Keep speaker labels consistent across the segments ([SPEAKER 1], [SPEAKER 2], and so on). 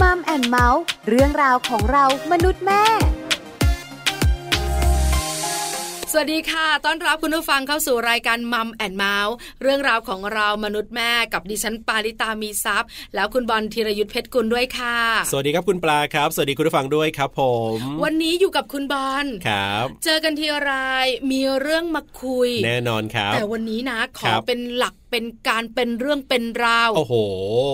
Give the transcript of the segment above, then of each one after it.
[SPEAKER 1] มัมแอนเมาส์เรื่องราวของเรามนุษย์แม่
[SPEAKER 2] สวัสดีค่ะ ต้อนรับคุณผู้ฟังเข้าสู่รายการมัมแอนเมาส์เรื่องราวของเรามนุษย์แม่กับดิฉันปาริตามีซัพย์แล้วคุณบอลธีรยุทธเพชรกุลด้วยค่ะ
[SPEAKER 3] สวัสดีครับคุณปลาครับ สวัสดีคุณผู้ฟังด้วยครับผม
[SPEAKER 2] วันนี้อยู่กับคุณบอล
[SPEAKER 3] ครับ
[SPEAKER 2] เจอกันทีไรมีเรื่องมาคุย
[SPEAKER 3] แน่นอนครับ
[SPEAKER 2] แต่วันนี้นะขอ
[SPEAKER 3] ครับ
[SPEAKER 2] เป็นหลักเป็นการเป็นเรื่องเป็นราว
[SPEAKER 3] โอ้โห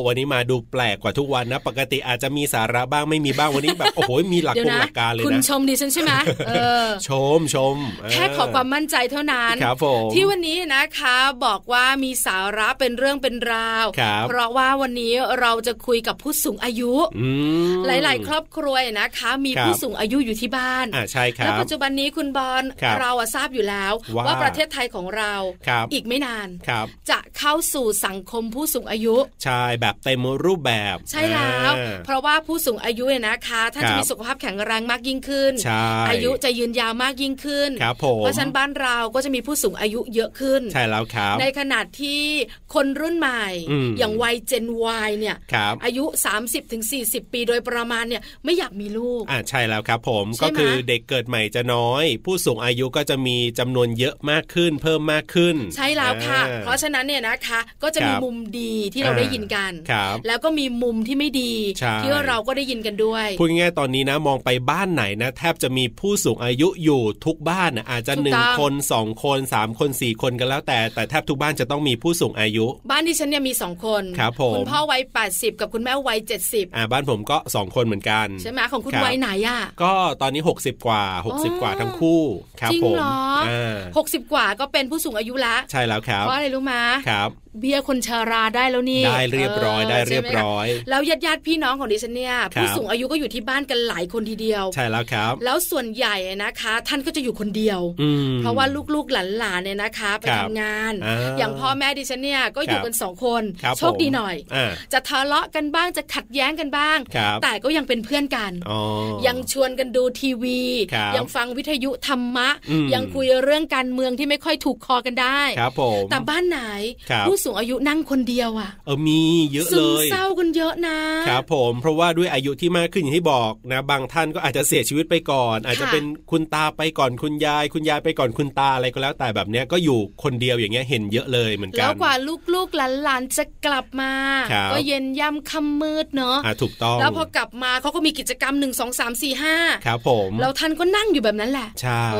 [SPEAKER 3] วันนี้มาดูแปลกกว่าทุกวันนะ ปกติอาจจะมีสาระบ้างไม่มีบ้างวันนี้ แบบ โอ้โหมีหลัก
[SPEAKER 2] เดี๋ยว
[SPEAKER 3] กง
[SPEAKER 2] นะ
[SPEAKER 3] หลักการเลย
[SPEAKER 2] คุณ
[SPEAKER 3] นะ
[SPEAKER 2] ชมดิฉันใช่ไหมเออ
[SPEAKER 3] ชมชมเ
[SPEAKER 2] แค่ขอความมั่นใจเท่านั้น
[SPEAKER 3] ครับผม
[SPEAKER 2] ที่วันนี้นะคะบอกว่ามีสาระเป็นเรื่องเป็นราว
[SPEAKER 3] ครับ
[SPEAKER 2] เพราะว่าวันนี้เราจะคุยกับผู้สูงอายุ
[SPEAKER 3] อืม
[SPEAKER 2] หลาย ๆ ครอบครัวนะคะ มี
[SPEAKER 3] ครับ
[SPEAKER 2] ผู้สูงอายุอยู่ที่บ้าน
[SPEAKER 3] อ่าใช่ค
[SPEAKER 2] และ
[SPEAKER 3] รับ
[SPEAKER 2] ปัจจุบันนี้คุณบอล
[SPEAKER 3] ครับ
[SPEAKER 2] เราอะทราบอยู่แล้ว
[SPEAKER 3] ว่า
[SPEAKER 2] ประเทศไทยของเรา
[SPEAKER 3] ครับ
[SPEAKER 2] อีกไม่นาน
[SPEAKER 3] ครับ
[SPEAKER 2] จะเข้าสู่สังคมผู้สูงอายุ
[SPEAKER 3] ใช่แบบเต็มรูปแบบ
[SPEAKER 2] ใช่แล้ว
[SPEAKER 3] อ่า
[SPEAKER 2] เพราะว่าผู้สูงอายุเนี่ยนะคะท่าน
[SPEAKER 3] ครั
[SPEAKER 2] จะ
[SPEAKER 3] บ
[SPEAKER 2] มีสุขภาพแข็งแรงมากยิ่งขึ้น
[SPEAKER 3] ใช่
[SPEAKER 2] อายุจะยืนยาวมากยิ่งขึ้น
[SPEAKER 3] ครับผม
[SPEAKER 2] เพราะฉะนั้นบ้านเราก็จะมีผู้สูงอายุเยอะขึ้น
[SPEAKER 3] ใช่แล้วครับ
[SPEAKER 2] ในขณะที่คนรุ่นใหม่
[SPEAKER 3] อืม
[SPEAKER 2] อย่างวัยเจนวายเนี่ย
[SPEAKER 3] ครับ
[SPEAKER 2] อายุ 30-40 ปีโดยประมาณเนี่ยไม่อยากมีลูก
[SPEAKER 3] อ่าใช่แล้วครับผม
[SPEAKER 2] ใช่ไหม
[SPEAKER 3] ก็คือเด็กเกิดใหม่จะน้อย ผู้สูงอายุก็จะมีจำนวนเยอะมากขึ้น เพิ่มมากขึ้น
[SPEAKER 2] ใช่แล้วค่ะ
[SPEAKER 3] อ่
[SPEAKER 2] เพราะฉะนั้นเนี่ยนะคะก็จะมี
[SPEAKER 3] ครับ
[SPEAKER 2] มุมดีที่เรา
[SPEAKER 3] อ่า
[SPEAKER 2] ได้ยินกัน
[SPEAKER 3] ครับ
[SPEAKER 2] แล้วก็มีมุมที่ไม่ดี
[SPEAKER 3] ใช่
[SPEAKER 2] ที่เราก็ได้ยินกันด้วย
[SPEAKER 3] พูดง่ายๆตอนนี้นะมองไปบ้านไหนนะแทบจะมีผู้สูงอายุอยู่ทุกบ้านนะอาจจะ
[SPEAKER 2] ถูก
[SPEAKER 3] หนึ่ง
[SPEAKER 2] ต้อง
[SPEAKER 3] คนสองคนสามคนสี่คนกันแล้วแต่แต่แทบทุกบ้านจะต้องมีผู้สูงอายุ
[SPEAKER 2] บ้านที่ฉันเนี่ยมีสองคน
[SPEAKER 3] ครับผม
[SPEAKER 2] ณพ่อวัย 80 กับคุณแม่วัย 70
[SPEAKER 3] อ่าบ้านผมก็สองคนเหมือนกัน
[SPEAKER 2] ใช่ไหมของคุณ
[SPEAKER 3] ครับ
[SPEAKER 2] วัยไหนอ่ะ
[SPEAKER 3] ก็ตอนนี้ 60 กว่า 60 กว่าทั้งคู่ครับ
[SPEAKER 2] จริง
[SPEAKER 3] ผม
[SPEAKER 2] เหรอ
[SPEAKER 3] อ
[SPEAKER 2] หกสิบกว่าก็เป็นผู้สูงอายุละ
[SPEAKER 3] ใช่แล้วครับ
[SPEAKER 2] เพราะอะไรรู้มา
[SPEAKER 3] ครับ
[SPEAKER 2] เบี้ยคนชาราได้แล้วนี่
[SPEAKER 3] ได้เรียบร้อยได้เรียบ
[SPEAKER 2] ใช่หม
[SPEAKER 3] ร้อย
[SPEAKER 2] แล้วญาติญาติๆพี่น้องของดิฉันเนี่ย
[SPEAKER 3] ครับ
[SPEAKER 2] ผู้สูงอายุก็อยู่ที่บ้านกันหลายคนทีเดียว
[SPEAKER 3] ใช่แล้วครับ
[SPEAKER 2] แล้วส่วนใหญ่นะคะ ท่านก็จะอยู่คนเดียว
[SPEAKER 3] อืม
[SPEAKER 2] เพราะว่าลูกๆหลานๆเนี่ยนะคะไป
[SPEAKER 3] ครับ
[SPEAKER 2] ทำงาน
[SPEAKER 3] อ่า
[SPEAKER 2] อย่างพ่อแม่ดิฉันเนี่ยก็อยู่
[SPEAKER 3] ครับ
[SPEAKER 2] กันสองคน
[SPEAKER 3] รับ
[SPEAKER 2] โชคดีหน่อย
[SPEAKER 3] ผมอ่า
[SPEAKER 2] จะทะเลาะกันบ้างจะขัดแย้งกันบ้าง
[SPEAKER 3] ครับ
[SPEAKER 2] แต่ก็ยังเป็นเพื่อนกัน
[SPEAKER 3] อ๋อ
[SPEAKER 2] ยังชวนกันดูทีวี
[SPEAKER 3] ครับ
[SPEAKER 2] ยังฟังวิทยุธรรมะ
[SPEAKER 3] อืม
[SPEAKER 2] ยังคุยเรื่องการเมืองที่ไม่ค่อยถูกคอกันได้
[SPEAKER 3] ครับผม
[SPEAKER 2] แต่บ้านไหน
[SPEAKER 3] ครับ
[SPEAKER 2] ผู้สูงอายุนั่งคนเดียวอะ
[SPEAKER 3] เออมีเยอะ
[SPEAKER 2] ซึ
[SPEAKER 3] เล
[SPEAKER 2] ม
[SPEAKER 3] ย
[SPEAKER 2] เศร้ากันเยอะนะ
[SPEAKER 3] ครับผมเพราะว่าด้วยอายุที่มากขึ้นอย่างที่บอกนะบางท่านก็อาจจะเสียชีวิตไปก่อน อาจจะ
[SPEAKER 2] ค่ะ
[SPEAKER 3] เป็นคุณตาไปก่อนคุณยาย คุณยายไปก่อนคุณตาอะไรก็แล้วแต่แบบเนี้ยก็อยู่คนเดียวอย่างเงี้ยเห็นเยอะเลยเหมือนกั
[SPEAKER 2] แล้
[SPEAKER 3] น
[SPEAKER 2] วกว่าลูกๆหลานๆจะกลับมา
[SPEAKER 3] ครับ
[SPEAKER 2] ก็เย็นย่ำค่ำมืดเนาะ
[SPEAKER 3] อ่ะถูกต้อง
[SPEAKER 2] แล้วพอกลับมาเขาก็มีกิจกรรมหนึ่งสองสามสี่ห้า
[SPEAKER 3] ครับผม
[SPEAKER 2] แล้วท่านก็นั่งอยู่แบบนั้นแหละ
[SPEAKER 3] ใช่
[SPEAKER 2] เอ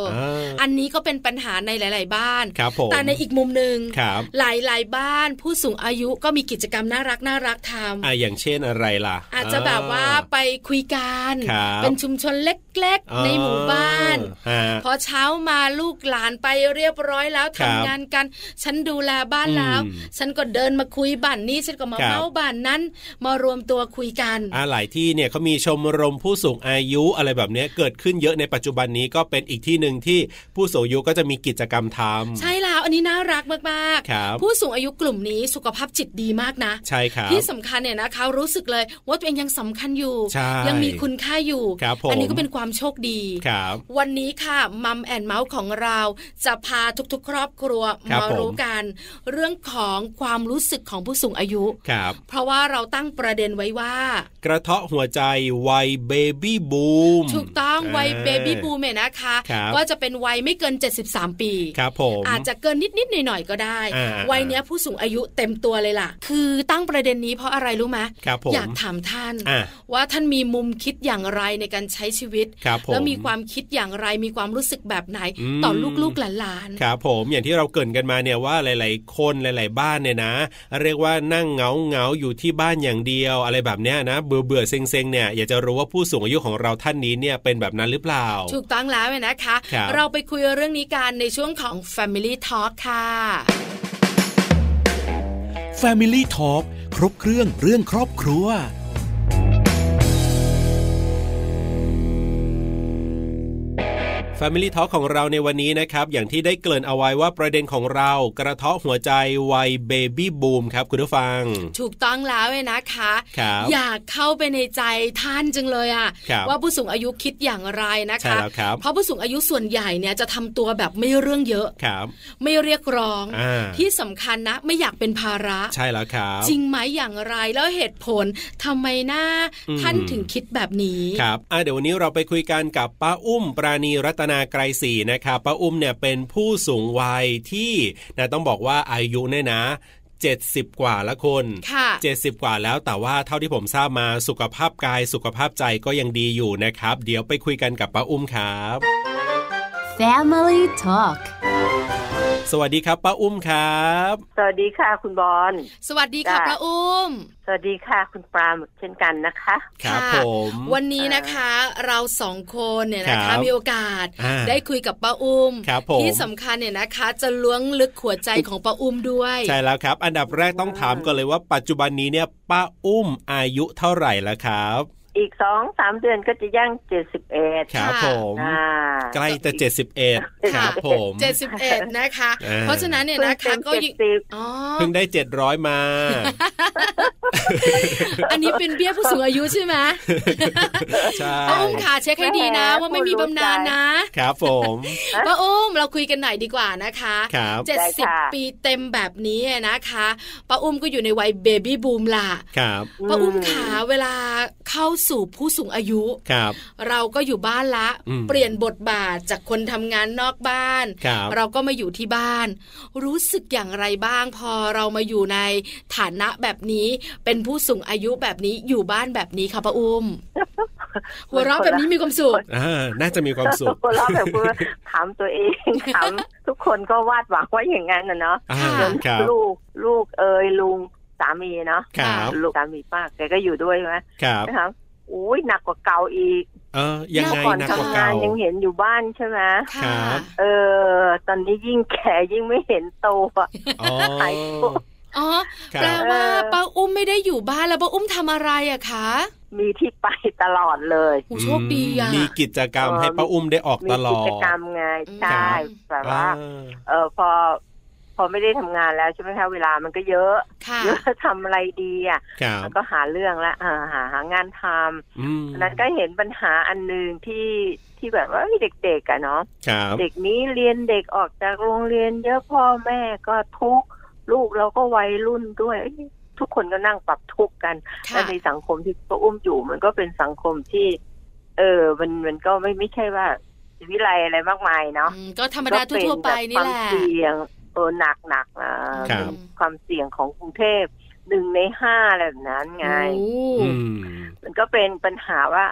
[SPEAKER 2] ออ่
[SPEAKER 3] า
[SPEAKER 2] อันนี้ก็เป็นปัญหาในหลาย ๆ บ้าน
[SPEAKER 3] ครับผม
[SPEAKER 2] แต่ในอีกมุมหนึ่ง
[SPEAKER 3] ครับ
[SPEAKER 2] หลาย ๆ บ้าน ผู้สูงอายุก็มีกิจกรรมน่ารักน่ารักๆทำ
[SPEAKER 3] อ่ะอย่างเช่นอะไรล่ะ
[SPEAKER 2] อาจจะแบบว่าไปคุยกัน
[SPEAKER 3] ครับ
[SPEAKER 2] เป็นชุมชนเล็ก
[SPEAKER 3] อ่า
[SPEAKER 2] ๆ ในหมู่บ้าน
[SPEAKER 3] ฮะ
[SPEAKER 2] พอเช้ามาลูกหลานไปเรียบร้อยแล้ว
[SPEAKER 3] ครั
[SPEAKER 2] ทำ
[SPEAKER 3] บ
[SPEAKER 2] งานกัน ฉันดูแลบ้านแล้ว
[SPEAKER 3] อืม
[SPEAKER 2] ฉันก็เดินมาคุยบ้านนี้ฉันก็มา
[SPEAKER 3] ครับ
[SPEAKER 2] เมาบ้านนั้น มารวมตัวคุยกัน
[SPEAKER 3] อ่าหลายที่เนี่ยเขามีชมรมผู้สูงอายุอะไรแบบเนี้ยเกิดขึ้นเยอะในปัจจุบันนี้ก็เป็นอีกที่หนึ่งที่ผู้สูงอายุก็จะมีกิจกรรมทำ
[SPEAKER 2] ใช่แล้วอันนี้น่ารักมาก
[SPEAKER 3] ครับ
[SPEAKER 2] ผู้สูงอายุกลุ่มนี้สุขภาพจิตดีมากนะ
[SPEAKER 3] ใช่ครับ
[SPEAKER 2] ที่สำคัญเนี่ยนะคะรู้สึกเลยว่าตัวเองยังสำคัญอยู่
[SPEAKER 3] ใช่
[SPEAKER 2] ยังมีคุณค่าอยู่
[SPEAKER 3] ครับผม
[SPEAKER 2] อันี้ก็เป็นความโชคดี
[SPEAKER 3] ครับ
[SPEAKER 2] วันนี้ค่ะมัมแอนเมาส์ของเราจะพาทุกๆ ครอบครัว
[SPEAKER 3] ครับ
[SPEAKER 2] มา
[SPEAKER 3] ผม
[SPEAKER 2] รู้กัน เรื่องของความรู้สึกของผู้สูงอายุ
[SPEAKER 3] ครับ
[SPEAKER 2] เพราะว่าเราตั้งประเด็นไว้ว่า
[SPEAKER 3] กระเทาะหัวใจวัยเบบี้บูม
[SPEAKER 2] ถูกต้องวัยเบบี้บูมเนี่ยนะคะ
[SPEAKER 3] ครับ
[SPEAKER 2] ก็จะเป็นวัยไม่เกิน 73 ปี
[SPEAKER 3] ครับผม
[SPEAKER 2] อาจจะเกินนิดๆหน่อยๆก็ได้
[SPEAKER 3] อ่า
[SPEAKER 2] วัยเนี้ยผู้สูงอายุเต็มตัวเลยล่ะ คือตั้งประเด็นนี้เพราะอะไรรู้ไหม
[SPEAKER 3] ครับผม
[SPEAKER 2] อยากถามท่าน
[SPEAKER 3] อ่ะ
[SPEAKER 2] ว่าท่านมีมุมคิดอย่างไรในการใช้ชีวิต
[SPEAKER 3] ครับผม
[SPEAKER 2] แล้วมีความคิดอย่างไรมีความรู้สึกแบบไหน
[SPEAKER 3] อืม
[SPEAKER 2] ต่อลูกๆหลานๆ
[SPEAKER 3] ครับผมอย่างที่เราเกรินกันมาเนี่ยว่าหลาย ๆ คนหลาย ๆ บ้านเนี่ยนะ เรียกว่านั่งเงาเงาๆอยู่ที่บ้านอย่างเดียว อะไรแบบเนี้ยนะ เบื่อเบื่อๆเซ็งเซ็งๆเนี่ยอยากจะรู้ว่าผู้สูงอายุของเราท่านนี้เนี่ยเป็นแบบนั้นหรือเปล่า
[SPEAKER 2] ถูกต้องแล้วเนี่ยนะคะ
[SPEAKER 3] ครับ
[SPEAKER 2] เราไปคุยเรื่องนี้กันในช่วงของ Family Talk ค่ะ
[SPEAKER 4] Family Talk ครบเครื่องเรื่องครอบครัว
[SPEAKER 3] Family Talk ของเราในวันนี้นะครับ อย่างที่ได้เกริ่นเอาไว้ว่าประเด็นของเรากระเทาะหัวใจวัยเบบี้บูมครับคุณผู้ฟัง
[SPEAKER 2] ถูกต้องแล้วเลยนะคะ
[SPEAKER 3] ครับ
[SPEAKER 2] อยากเข้าไปในใจท่านจังเลยอะ
[SPEAKER 3] ครับ
[SPEAKER 2] ว่าผู้สูงอายุคิดอย่างไรนะ
[SPEAKER 3] ใช่
[SPEAKER 2] คะ
[SPEAKER 3] แล้วครับ
[SPEAKER 2] เพราะผู้สูงอายุส่วนใหญ่เนี่ยจะทำตัวแบบไม่เรื่องเยอะ
[SPEAKER 3] ครับ
[SPEAKER 2] ไม่เรียกร้อง
[SPEAKER 3] อ่า
[SPEAKER 2] ที่สำคัญนะไม่อยากเป็นภาระ
[SPEAKER 3] ใช่แล้วครับ
[SPEAKER 2] จริงไหมอย่างไรแล้วเหตุผลทำไมหน้า
[SPEAKER 3] อืม
[SPEAKER 2] ท่านถึงคิดแบบนี้
[SPEAKER 3] ครับอ่ะเดี๋ยววันนี้เราไปคุยกันกับป้าอุ้ม ปราณีรัตนาไกรศรีนะครับป้าอุ้มเนี่ยเป็นผู้สูงวัยที่นะต้องบอกว่าอายุเนี่ยนะ 70 กว่าละคน
[SPEAKER 2] ค่ะ
[SPEAKER 3] 70 กว่าแล้วแต่ว่าเท่าที่ผมทราบมาสุขภาพกายสุขภาพใจก็ยังดีอยู่นะครับ เดี๋ยวไปคุยกันกับป้าอุ้มครับ
[SPEAKER 1] Family Talk
[SPEAKER 3] สวัสดีครับป้าอุ้มครับ
[SPEAKER 5] สวัสดีค่ะคุณบอล
[SPEAKER 2] สวัสดีค่ะ
[SPEAKER 5] จ้ะ
[SPEAKER 2] พระอุ้ม
[SPEAKER 5] สวัสดีค่ะคุณปราหมดเช่นกันนะคะ
[SPEAKER 3] ครับ
[SPEAKER 2] ค่ะ
[SPEAKER 3] ผม
[SPEAKER 2] วันนี้นะคะเราสองคนเนี่ยนะ
[SPEAKER 3] ครั
[SPEAKER 2] คะ
[SPEAKER 3] บ
[SPEAKER 2] มีโอกาส
[SPEAKER 3] อ่า
[SPEAKER 2] ได้คุยกับป้าอุ้ม
[SPEAKER 3] ครับผม
[SPEAKER 2] ที่สำคัญเนี่ยนะคะ จะล้วงลึกหัวใจของป้าอุ้มด้วย
[SPEAKER 3] ใช่แล้วครับ อันดับแรกต้องถามก่อนเลยว่าปัจจุบันนี้เนี่ยป้าอุ้มอายุเท่าไหร่แล้วครับ
[SPEAKER 5] อีกสองสามเดือนก็จะย่างเจ็ดสิบเอ็ด
[SPEAKER 3] ครับ
[SPEAKER 2] ค่ะ
[SPEAKER 3] ผม ใกล้จะ71ครับผม
[SPEAKER 2] 71 นะคะ
[SPEAKER 3] อ่า
[SPEAKER 2] เพราะฉะนั้นเนี่ยนะคะก็ยิ่ง
[SPEAKER 5] สิบ
[SPEAKER 2] อ๋อ
[SPEAKER 3] เพิ่งได้ 700 มา
[SPEAKER 2] อันนี้เป็นเบี้ยผู้สูงอายุใช่ไหม
[SPEAKER 3] ใช่
[SPEAKER 2] ป้าอุ้มค่ะเช็คให้ดีนะ ว่าไม่มีบำนาญนะครับ
[SPEAKER 3] ผม
[SPEAKER 2] ป้าอุ้มเราคุยกันหน่อยดีกว่านะคะ
[SPEAKER 3] ครับ
[SPEAKER 2] เจ็ดสิบปีเต็มแบบนี้นะคะป้าอุ้มก็อยู่ในวัยเบบี้บูมล่ะ
[SPEAKER 3] ครับ
[SPEAKER 2] ป้าอุ้มขาเวลาเข้าสู่ผู้สูงอายุ
[SPEAKER 3] ครับ
[SPEAKER 2] เราก็อยู่บ้านละ
[SPEAKER 3] อืม
[SPEAKER 2] เปลี่ยนบทบาทจากคนทำงานนอกบ้าน
[SPEAKER 3] ครับ
[SPEAKER 2] เราก็มาอยู่ที่บ้าน รู้สึกอย่างไรบ้างพอเรามาอยู่ในฐานะแบบนี้ เป็นผู้สูงอายุแบบนี้อยู่บ้านแบบนี้ค่ะป้าอุ้ม หัวเราะแบบนี้มีความสุข
[SPEAKER 3] อ่า น่าจะมีความสุข
[SPEAKER 5] คนเราะแบบว่าถามตัวเอง ถามทุกคนก็วาดหวังไว่าอย่างนั้นนะเนาะ
[SPEAKER 3] อ่า
[SPEAKER 2] ค่ะ
[SPEAKER 3] ครับ
[SPEAKER 5] ลูกลูกเอยลุงสามีเนาะ
[SPEAKER 3] ครับ
[SPEAKER 5] ลูกสามีป้าแกก็อยู่ด้วยใช่ไหม
[SPEAKER 3] ครับ
[SPEAKER 5] นะครับอุ้ยหนักกว่าเก่าอีก
[SPEAKER 3] เออ ยังไงหนักกว่า
[SPEAKER 5] ทำงา
[SPEAKER 3] เก่า
[SPEAKER 5] นยังเห็นอยู่บ้านใช่ไหม
[SPEAKER 3] ครั
[SPEAKER 2] ค่ะ
[SPEAKER 3] บ
[SPEAKER 5] เออ ตอนนี้ยิ่งแก่ยิ่งไม่เห็นโตอะ
[SPEAKER 3] อ๋อ
[SPEAKER 2] อ๋อ
[SPEAKER 3] ครับ
[SPEAKER 2] แปลว่า
[SPEAKER 5] เออ
[SPEAKER 2] ป้าอุ้มไม่ได้อยู่บ้านแล้วป้าอุ้มทำอะไรอะคะ
[SPEAKER 5] มีที่ไปตลอดเลย
[SPEAKER 2] หูโชคดีอะ
[SPEAKER 3] มีกิจกรรมให้ป้าอุ้มได้ออก
[SPEAKER 5] มี
[SPEAKER 3] ตล
[SPEAKER 5] กิ
[SPEAKER 3] อ
[SPEAKER 5] จ
[SPEAKER 3] ด
[SPEAKER 5] กรรมไงใช่แต่
[SPEAKER 3] อ่า
[SPEAKER 5] ว่าเออพอ พอไม่ได้ทำงานแล้วใช่ไหมคะเวลามันก็เยอะ
[SPEAKER 2] ค่ะ
[SPEAKER 5] เยอะทำอะไรดีอ่ะ
[SPEAKER 3] ครับ
[SPEAKER 5] มันก็หาเรื่องละอ่าหาหางานท
[SPEAKER 3] อืม
[SPEAKER 5] ำอันนั้นก็เห็นปัญหาอันหนึ่งที่ที่แบบว่าเด็กๆอะเนาะ
[SPEAKER 3] ครับ
[SPEAKER 5] เด็กนี้เรียนเด็กออกจากโรงเรียน เยอะพ่อแม่ก็ทุกข์ลูกเราก็วัยรุ่นด้วยเอ้ยทุกคนก็นั่งปรับทุกข์กัน และ
[SPEAKER 2] ค่ะ
[SPEAKER 5] ในสังคมที่ป้าอุ้มอยู่มันก็เป็นสังคมที่ เออ มันมันก็ไม่ไม่ใช่ว่าวิไลอะไรมากมายเนาะ
[SPEAKER 2] อืมก็ธรรมดาทั่วๆไปนี่แหละ
[SPEAKER 5] ก็เป็นบบความเสี่ยงเออหนักหนักนะครับ เป็นความเสี่ยงของกรุงเทพหนึ่งในห้าอะไรแบบนั้นไง
[SPEAKER 2] โอ้
[SPEAKER 3] อืม
[SPEAKER 5] มันก็เป็นปัญหาว่า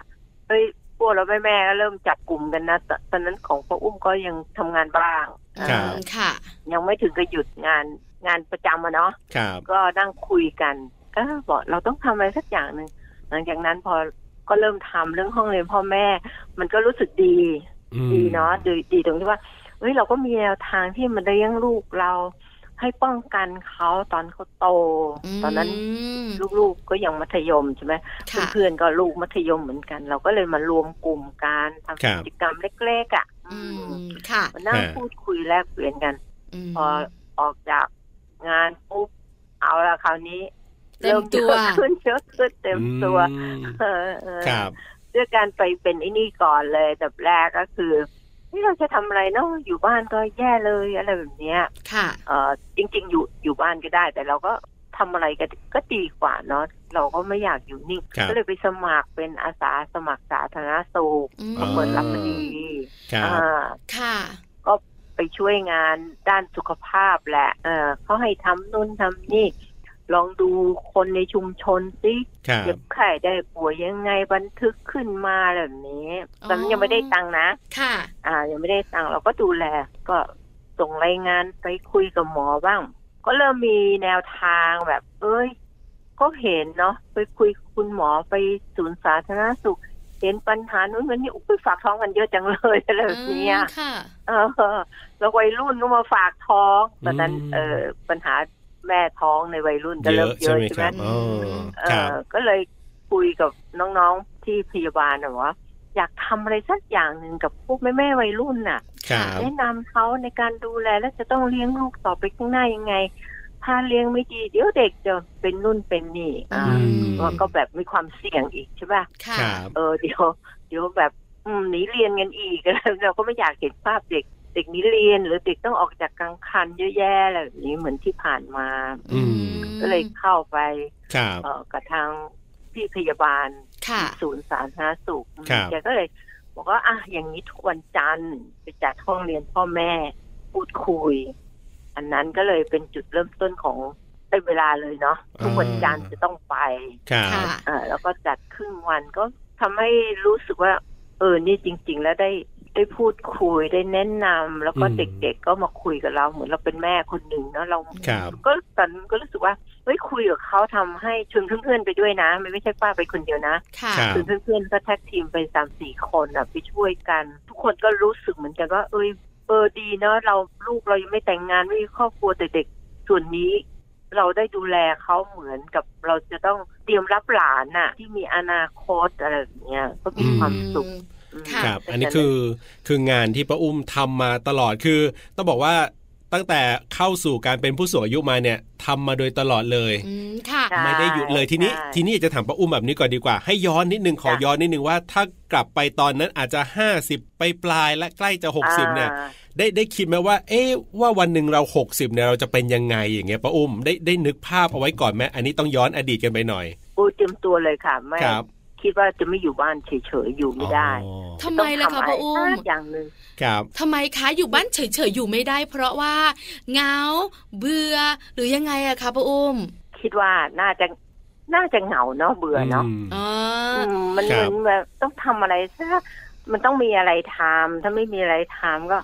[SPEAKER 5] เฮ้ยพวกเราแม่แม่ๆก็เริ่มจับกลุ่มกันนะตตอนนั้นของป้าอุ้มก็ยังทำงานบ้าง
[SPEAKER 3] ครั
[SPEAKER 2] อื
[SPEAKER 3] บ
[SPEAKER 2] มค่ะ
[SPEAKER 5] ยังไม่ถึงกับหยุดงานงานประจำอะเนาะ
[SPEAKER 3] ครับ
[SPEAKER 5] ก็นั่งคุยกันเออบอกเราต้องทำอะไรสักอย่างหนึ่งหลังจากนั้นพอก็เริ่มทำเรื่องห้องเรียนพ่อแม่ มันก็รู้สึกดี
[SPEAKER 3] อืม
[SPEAKER 5] ดีเนาะดีดีตรงที่ว่าเฮ้ยเราก็มีแนวทางที่มันเลี้ยงลูกเรา ให้ป้องกันเขาตอนเขาโต
[SPEAKER 2] ม
[SPEAKER 5] ตอนนั้นลูกๆก็ยังมัธยมใช่ไหม
[SPEAKER 2] ค่ะ
[SPEAKER 5] เพื่อนๆก็ลูกมัธยมเหมือนกัน เราก็เลยมารวมกลุ่มกันทำ
[SPEAKER 3] ครั
[SPEAKER 5] กิ
[SPEAKER 3] บ
[SPEAKER 5] จกรรมเล็กๆอ่ะ
[SPEAKER 2] อืมค่ะ
[SPEAKER 5] มานั่ง
[SPEAKER 3] ฮะ
[SPEAKER 5] พูดคุยแลกเปลี่ยนกัน
[SPEAKER 2] ม
[SPEAKER 5] พอออกจากงานปุ๊บเอาละคราวนี้
[SPEAKER 2] เต็มตัว
[SPEAKER 5] เริ่มเยอะขึ้นเยอะขึ้นเต็มตัว
[SPEAKER 3] อืม
[SPEAKER 5] เออเออ
[SPEAKER 3] ครับ
[SPEAKER 5] ด้วยการไปเป็นไอ้นี่ก่อนเลยแบบแรกก็คือนี่เราจะทำอะไรเนาะอยู่บ้านก็แย่เลยอะไรแบบเนี้ย
[SPEAKER 2] ค่ะ
[SPEAKER 5] เออจริง ๆ อยู่อยู่บ้านก็ได้ แต่เราก็ทำอะไรก็ก็ดีกว่าเนาะเราก็ไม่อยากอยู่นิ่ง
[SPEAKER 3] ครับ
[SPEAKER 5] ก็เลยไปสมัครเป็นอาสาสมัครสาธารณสุข
[SPEAKER 2] อืม
[SPEAKER 3] อ๋อ
[SPEAKER 5] เปิดรับพอดี
[SPEAKER 3] ครั
[SPEAKER 5] อ่
[SPEAKER 3] บ
[SPEAKER 5] า
[SPEAKER 2] ค่ะ
[SPEAKER 5] ไปช่วยงานด้านสุขภาพแหละ เออเขาให้ทำนู่นทำนี่ ลองดูคนในชุมชนสิ
[SPEAKER 3] ครั
[SPEAKER 5] เจ็
[SPEAKER 3] บ
[SPEAKER 5] บไข้ได้ป่วยยังไงบันทึกขึ้นมาแบบนี้
[SPEAKER 2] อ๋อ
[SPEAKER 5] ตอนนั้นยังไม่ได้ตังค์นะ
[SPEAKER 2] ค่ะ
[SPEAKER 5] อ่า ยังไม่ได้ตังค์เราก็ดูแล ก็ส่งรายงานไปคุยกับหมอบ้าง ก็เริ่มมีแนวทางแบบ เอ้ย ก็เห็นเนาะไปคุยกับคุณหมอไปศูนย์สาธารณสุข เห็นปัญหานู้นวันนี้อุ้ยฝากท้องกันเยอะจังเลยอะไรแบบเนี้ย
[SPEAKER 2] อืมค่ะ
[SPEAKER 5] เออแล้ววัยรุ่นก็มาฝากท้องตอนนั้น
[SPEAKER 3] อืม
[SPEAKER 5] เออปัญหาแม่ท้องในวัยรุ่นก็
[SPEAKER 3] เย
[SPEAKER 5] เริ่
[SPEAKER 3] อะ
[SPEAKER 5] มเย
[SPEAKER 3] ใช่
[SPEAKER 5] อะ
[SPEAKER 3] ไหมค
[SPEAKER 5] ใช่ไหม
[SPEAKER 3] รับอ๋อ
[SPEAKER 2] อืม
[SPEAKER 5] เอ
[SPEAKER 3] ครับ
[SPEAKER 5] อก็เลยคุยกับน้องๆที่พยาบาลนะว่า อยากทำอะไรสักอย่างหนึ่งกับพวกแม่แม่ๆวัยรุ่นน่ะ
[SPEAKER 3] ครับ
[SPEAKER 5] แนะนำเขาในการดูแลและจะต้องเลี้ยงลูกต่อไปข้างหน้ายังไง ถ้าเลี้ยงไม่ดีเดี๋ยวเด็กจะเป็นนุ่นเป็นนี่อ่า
[SPEAKER 2] อืม
[SPEAKER 5] มันก็แบบมีความเสี่ยงอีกใช่ป่ะ
[SPEAKER 2] ค่ะ
[SPEAKER 3] ครับ
[SPEAKER 5] เออเดี๋ยวเดี๋ยวแบบอืมหนีเรียนกันอีก เราก็ไม่อยากเห็นภาพเด็ก เด็กหนีเรียนหรือเด็กต้องออกจากกลางคันเยอะแยะอะไรแบบนี้เหมือนที่ผ่านมา
[SPEAKER 3] อืม
[SPEAKER 5] ก็เลยเข้าไป
[SPEAKER 3] ครับ
[SPEAKER 5] เอ่อกับทางพี่พยาบาล
[SPEAKER 2] ค่ะ
[SPEAKER 5] ศูนย์สาธารณสุข
[SPEAKER 3] ครับ
[SPEAKER 5] แกก็เลยบอกว่าอ่ะอย่างนี้ทุกวันจันทร์ไปจัดห้องเรียนพ่อแม่พูดคุย อันนั้นก็เลยเป็นจุดเริ่มต้นของเป็นเวลาเลยเนาะทุกวันจันทร์จะต้องไป
[SPEAKER 3] ครับ
[SPEAKER 2] ค่ะ
[SPEAKER 5] อ่าแล้วก็จัดครึ่งวันก็ทำให้รู้สึกว่า เออนี่จริง ๆ แล้วได้ได้พูดคุยได้แนะนำแล้วก็
[SPEAKER 3] อืม
[SPEAKER 5] เด็ก ๆ ก็มาคุยกับเราเหมือนเราเป็นแม่คนหนึ่งเนาะเรา
[SPEAKER 3] ครับ
[SPEAKER 5] ก็ตอนนั้นก็รู้สึกว่าเฮ้ยคุยกับเขาทำให้ชวนเพื่อนๆไปด้วยนะ มันไม่ใช่ป้าไปคนเดียวนะ
[SPEAKER 2] ค่ะ
[SPEAKER 3] ครับ
[SPEAKER 5] ชวนเพื่อนๆก็แท็กทีมไปสามสี่คนอ่ะไปช่วยกัน ทุกคนก็รู้สึกเหมือนกันว่า เอ้ยเออดีเนาะเราลูกเรายังไม่แต่งงานไม่มีครอบครัวแต่เด็กส่วนนี้ เราได้ดูแลเขาเหมือนกับเราจะต้องเตรียมรับหลานน่ะ ที่มีอนาคตอะไรแบบเนี้ยก็มีความสุขอืม
[SPEAKER 2] ค่ะ
[SPEAKER 3] ครับ อันนี้คือคืองานที่ป้าอุ้มทำมาตลอดคือ ต้องบอกว่าตั้งแต่เข้าสู่การเป็นผู้สูงอายุมาเนี่ยทำมาโดยตลอดเลย
[SPEAKER 2] อืมค่ะ
[SPEAKER 5] ใช่
[SPEAKER 3] ไม่ได้หยุดเลยทีนี้
[SPEAKER 5] ใช่
[SPEAKER 3] ทีนี้อยากจะถามป้าอุ้มแบบนี้ก่อนดีกว่า ให้ย้อนนิดนึงขอ
[SPEAKER 5] จ้ะ
[SPEAKER 3] ย้อนนิดนึงว่า ถ้ากลับไปตอนนั้นอาจจะ 50 ไปปลายและใกล้จะ 60 เนี่ย
[SPEAKER 5] อ่า
[SPEAKER 3] ได้ได้คิดไหมว่า เอ๊ะว่าวันหนึ่งเรา 60เนี่ยเราจะเป็นยังไงอย่างเงี้ยป้าอุ้มได้ได้นึกภาพเอาไว้ก่อนไหมอันนี้ต้องย้อนอดีตกันไปหน่อย
[SPEAKER 5] โอ้ยเตรียมตัวเลยค่ะ ไม่
[SPEAKER 3] ครับ
[SPEAKER 5] คิดว่าจะไม่อยู่บ้านเฉยๆอยู่ไม่ได้
[SPEAKER 3] อ๋อ
[SPEAKER 2] ทำไมล่ะคะ
[SPEAKER 5] ต้อ
[SPEAKER 2] พ่อ
[SPEAKER 5] งทำ
[SPEAKER 2] อุ้ม
[SPEAKER 5] สักอย่างหนึ่ง
[SPEAKER 3] ครับ
[SPEAKER 2] ทำไมคะอยู่บ้านเฉยๆอยู่ไม่ได้ เพราะว่าเหงาเบื่อหรือยังไงอะคะพ่ออุ้ม
[SPEAKER 5] คิดว่าน่าจะน่าจะเหงาเนาะเบื่อเนาะ
[SPEAKER 2] อ๋อ
[SPEAKER 5] อื
[SPEAKER 2] อ
[SPEAKER 5] มมัน
[SPEAKER 3] ค
[SPEAKER 5] เห
[SPEAKER 3] รั
[SPEAKER 5] มื
[SPEAKER 3] บ
[SPEAKER 5] อนแบบต้องทำอะไรซะมันต้องมีอะไรทำถ้าไม่มีอะไรทำก็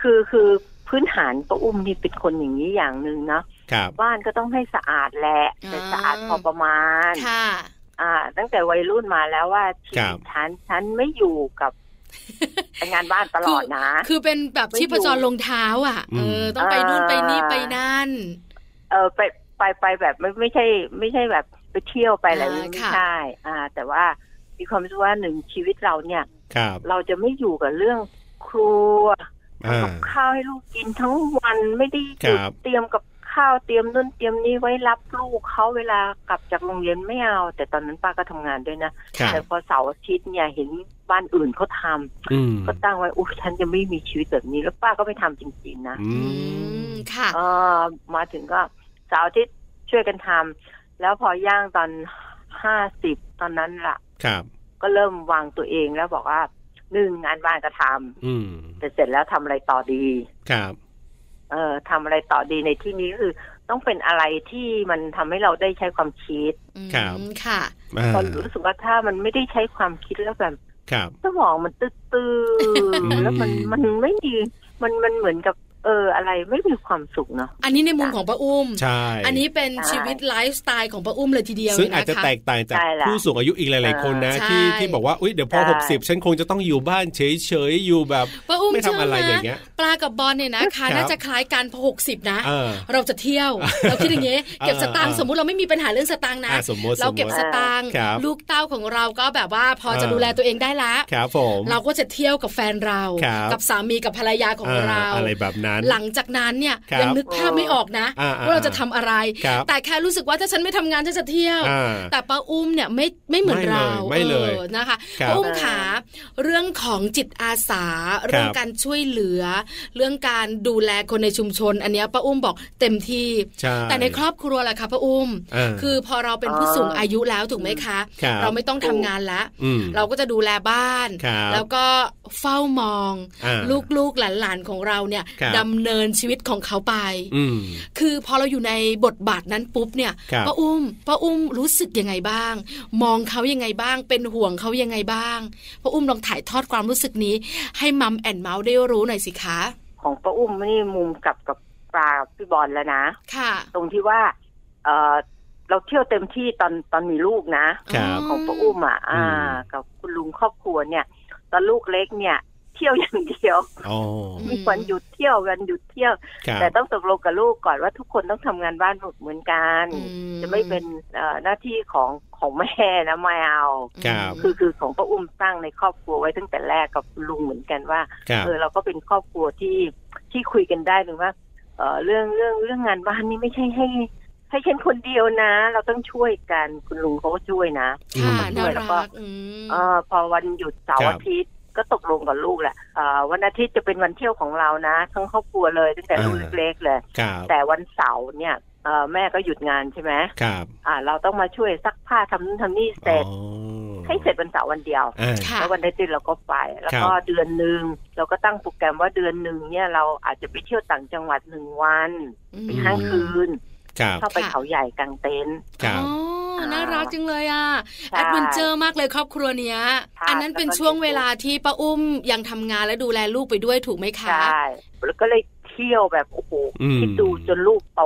[SPEAKER 5] คือคือพื้นฐานประอุ้มนี่เป็นคนอย่างนี้อย่างหนึ่งเนาะ
[SPEAKER 3] ครับ
[SPEAKER 5] บ้านก็ต้องให้สะอาดแหละแต่สะอาดพอประมาณ
[SPEAKER 2] ค่ะ
[SPEAKER 5] อ่า ตั้งแต่วัยรุ่นมาแล้วว่าชี
[SPEAKER 3] ครั
[SPEAKER 5] วิ
[SPEAKER 3] บ
[SPEAKER 5] ตฉันฉันไม่อยู่กับ งานบ้านตลอดนะ
[SPEAKER 2] คือเป็นแบบ
[SPEAKER 5] ไม่อยู่
[SPEAKER 2] ชีพจรลงเท้าอ่ะเอออ
[SPEAKER 3] ม
[SPEAKER 2] ต้องไปนู่นไปนี่ไปนั่น
[SPEAKER 5] เออไปไปไปแบบไม่ไม่ใช่ ไม่ใช่แบบไปเที่ยวไปอะไร
[SPEAKER 2] อ่า
[SPEAKER 5] ไม่
[SPEAKER 2] ค่ะ
[SPEAKER 5] ใช่อ่า แต่ว่ามีความรู้สึกว่าหนึ่งชีวิตเราเนี่ย
[SPEAKER 3] ครับ
[SPEAKER 5] เราจะไม่อยู่กับเรื่องครัว
[SPEAKER 3] อ่า
[SPEAKER 5] กับข้าวให้ลูกกินทั้งวันไม่ได้หยุด
[SPEAKER 3] ครับ
[SPEAKER 5] เตรียมกับข้าวเตรียมนู่นเตรียมนี้ไว้รับลูกเขาเวลากลับจากโรงเรียนไม่เอา แต่ตอนนั้นป้าก็ทำงานด้วยนะ
[SPEAKER 3] ครับ
[SPEAKER 5] แต่พอเสาร์อาทิตย์เนี่ยเห็นบ้านอื่นเขาทำ
[SPEAKER 3] อืม
[SPEAKER 5] ก็ตั้งไว้อุ้ฉันจะไม่มีชีวิตแบบนี้แล้วป้าก็ไม่ทำจริงๆนะ
[SPEAKER 3] อื
[SPEAKER 2] อื
[SPEAKER 3] ม
[SPEAKER 2] มค่ะ
[SPEAKER 5] เออมาถึงก็เสาวที่ช่วยกันทำแล้วพอย่างตอนห้าสิบตอนนั้นละ่ะ
[SPEAKER 3] ครับ
[SPEAKER 5] ก็เริ่มวางตัวเองแล้วบอกว่าหนึ่งงานบ้านก็ทำ
[SPEAKER 3] อืม
[SPEAKER 5] แต่เสร็จแล้วทำอะไรต่อดี
[SPEAKER 3] ครับ
[SPEAKER 5] เออทำอะไรต่อดีในที่นี้ก็คือต้องเป็นอะไรที่มันทำให้เราได้ใช้ความคิด
[SPEAKER 2] อืม
[SPEAKER 3] ครับ
[SPEAKER 2] ค่ะ
[SPEAKER 3] อ่า
[SPEAKER 5] ตอนรู้สึกว่าถ้ามันไม่ได้ใช้ความคิดแล้วแบบ
[SPEAKER 3] ครับ
[SPEAKER 5] สมองมันตื้
[SPEAKER 3] อื
[SPEAKER 5] อ
[SPEAKER 3] ม
[SPEAKER 5] ๆแล้วมันมันไม่มีมันมันเหมือนกับ เออ อะไรไม่มีความสุขเนาะ
[SPEAKER 2] อันนี้ในมุมของป้าอุ้ม
[SPEAKER 3] ใช่
[SPEAKER 2] อันนี้เป็น
[SPEAKER 5] ใช่
[SPEAKER 2] ชีวิตไลฟ์สไตล์ของป้าอุ้มเลยทีเดียว
[SPEAKER 3] ซึ่งอาจ
[SPEAKER 2] นค
[SPEAKER 3] จะแตกต่างจาก
[SPEAKER 5] ใช่ละ
[SPEAKER 3] ผู้สูงอายุอีกหลาย ๆ คนนะ
[SPEAKER 2] ใช่
[SPEAKER 3] ที่ที่บอกว่าอุ้ยเดี๋ยวพอ
[SPEAKER 5] ใช่
[SPEAKER 3] 60 ฉันคงจะต้องอยู่บ้านเฉย ๆ อยู่แบบ
[SPEAKER 2] ป้าอุ้ม
[SPEAKER 3] ไม่ทำ
[SPEAKER 2] เชื่อ
[SPEAKER 3] อะไรอ
[SPEAKER 2] นะ
[SPEAKER 3] ย่างเงี้ย
[SPEAKER 2] ปลากับบอลเนี่ยนะคะน่าจะคล้ายกันพอหกสิบนะ
[SPEAKER 3] เออ
[SPEAKER 2] เราจะเที่ยว เราคิด อย่างเงี้ยเก็บสตางค์
[SPEAKER 3] เออ
[SPEAKER 2] สมมุติเราไม่มีปัญหาเรื่องสตางค์นะ
[SPEAKER 3] อ่ะสมมติ
[SPEAKER 2] เราเก็บ
[SPEAKER 3] ม
[SPEAKER 2] ส
[SPEAKER 3] มติ
[SPEAKER 2] ตางค์
[SPEAKER 3] ครับ
[SPEAKER 2] ลูกเต้าของเราก็แบบว่าพอจะดูแลตัวเองได้ละ
[SPEAKER 3] ครับผม
[SPEAKER 2] เราก็จะเที่ยวกับแฟนเรา
[SPEAKER 3] ครับ
[SPEAKER 2] กับสามีกับภรรยาของ
[SPEAKER 3] อ่
[SPEAKER 2] เรา
[SPEAKER 3] อะไรแบบนั้น
[SPEAKER 2] หลังจากนั้นเนี่ย
[SPEAKER 3] ครับ
[SPEAKER 2] ยังนึกภาพไม่ออกนะ
[SPEAKER 3] อ่าอ่า
[SPEAKER 2] ว่าเราจะทำอะไร
[SPEAKER 3] ครับ
[SPEAKER 2] แต่แค่รู้สึกว่าถ้าฉันไม่ทำงานฉันจะเที่ยว
[SPEAKER 3] อ่า
[SPEAKER 2] แต่ป้าอุ้มเนี่ยไม่ไม่เหมือน
[SPEAKER 3] ไม่เลย
[SPEAKER 2] เรา
[SPEAKER 3] ไม่เลย
[SPEAKER 2] ออนะคะ
[SPEAKER 3] ครับ
[SPEAKER 2] ป้าอุ้มขาเรื่องของจิตอาสา เรื่องการช่วยเหลือ เรื่องการดูแลคนในชุมชน อันเนี้ยป้าอุ้มบอกเต็มที่
[SPEAKER 3] ใช่
[SPEAKER 2] แต่ในครอบครัวล่ะค่ะป้าอุ้ม
[SPEAKER 3] เออ
[SPEAKER 2] คือพอเราเป็นผู้สูงอายุแล้วถูกไหมคะ
[SPEAKER 3] ครับ
[SPEAKER 2] เราไม่ต้องทำงานแล้ว
[SPEAKER 3] อืม
[SPEAKER 2] เราก็จะดูแลบ้าน
[SPEAKER 3] ครับ
[SPEAKER 2] แล้วก็เฝ้ามอง
[SPEAKER 3] อ่า
[SPEAKER 2] ลูกๆหลานๆของเราเนี่ย
[SPEAKER 3] ครับ
[SPEAKER 2] ดำเนินชีวิตของเขาไป
[SPEAKER 3] อืม
[SPEAKER 2] คือพอเราอยู่ในบทบาทนั้นปุ๊บเนี่ย
[SPEAKER 3] ครับ
[SPEAKER 2] ป้าอุ้มป้าอุ้มรู้สึกยังไงบ้าง มองเขายังไงบ้าง เป็นห่วงเขายังไงบ้างป้าอุ้มลองถ่ายทอดความรู้สึกนี้ ให้มัมแอนเมาส์ได้รู้หน่อยสิคะ
[SPEAKER 5] ของป้าอุ้มนี่มุมกลับกับปลาพี่บอลแล้วนะ
[SPEAKER 2] ค่ะ
[SPEAKER 5] ตรงที่ว่า เออเราเที่ยวเต็มที่ตอนตอนมีลูกนะ
[SPEAKER 3] ครับ
[SPEAKER 5] ของป้าอุ้มอ่ะอ่า
[SPEAKER 3] อืม
[SPEAKER 5] กับคุณลุงครอบครัวเนี่ย ตอนลูกเล็กเนี่ย เที่ยวอย่างเดียว
[SPEAKER 3] อ๋อ
[SPEAKER 5] ไม่ควรหยุดเที่ยวกันหยุดเที่ยว
[SPEAKER 3] ครับ
[SPEAKER 5] แต่ต้องตกลงกับลูกก่อนว่าทุกคนต้องทำงานบ้านหมดเหมือนกัน
[SPEAKER 2] อื
[SPEAKER 5] จะไม่เป็นเอ่อหน้าที่ของของแม่นะไม่เอา
[SPEAKER 3] ครับ
[SPEAKER 5] คือคือของป้าอุ้มตั้งในครอบครัวไว้ตั้งแต่แรกกับลุงเหมือนกันว่า
[SPEAKER 3] ครับ
[SPEAKER 5] เออเราก็เป็นครอบครัวที่ที่คุยกันได้หรือว่าเออเรื่องเรื่องเรื่องงานบ้านนี่ไม่ใช่ให้ ให้ฉันคนเดียวนะ เราต้องช่วยกันคุณลุงเขาก็ช่วยนะ
[SPEAKER 2] ค่ะ
[SPEAKER 5] อืม
[SPEAKER 2] น่า
[SPEAKER 5] แล้วก็
[SPEAKER 2] รักอืม
[SPEAKER 5] เออพอวันหยุดเสาร์อาทิตย์ก็ตกลงกับลูกแหละเออวันอาทิตย์จะเป็นวันเที่ยวของเรานะ ทั้งครอบครัวเลยตั้งแต่ลูกเล็กๆเลย
[SPEAKER 3] ครับ
[SPEAKER 5] แต่วันเสาร์เนี่ยเออแม่ก็หยุดงานใช่ไหม
[SPEAKER 3] ครับ
[SPEAKER 5] อ่า เราต้องมาช่วยซักผ้าทำนู่นทำนี่เสร็จ
[SPEAKER 3] อ๋อ
[SPEAKER 5] ให้เสร็จวันเสาร์วันเดียว
[SPEAKER 3] อ่า
[SPEAKER 2] ค่ะ
[SPEAKER 5] แล้ววันอาทิตย์เราก็ไป แล้ว
[SPEAKER 3] ครับ
[SPEAKER 5] ก็เดือนหนึ่งเราก็ตั้งโปรแกรมว่าเดือนหนึ่งเนี่ยเราอาจจะไปเที่ยวต่างจังหวัดหนึ่งวัน
[SPEAKER 2] อืม
[SPEAKER 5] ไปห้างคืน
[SPEAKER 3] ครับ
[SPEAKER 5] เข้าไป
[SPEAKER 2] ค่ะ
[SPEAKER 5] เขาใหญ่กางเต็นท์
[SPEAKER 3] ครับ
[SPEAKER 2] อ๋อน่ารักจังเลยอ่ะ
[SPEAKER 5] ใช่
[SPEAKER 2] แอดเวนเจอร์มากเลยครอบครัวเนี้ย
[SPEAKER 5] ใช่
[SPEAKER 2] อันนั้นเป็น
[SPEAKER 5] แล้วก็
[SPEAKER 2] ช่วงเวลาที่ป้าอุ้มยังทำงานและดูแลลูกไปด้วยถูกไหมคะ
[SPEAKER 5] ใช่แล้วก็เลยเที่ยวแบบโอ้โห
[SPEAKER 3] อืม
[SPEAKER 5] คิดดูจนลูกโต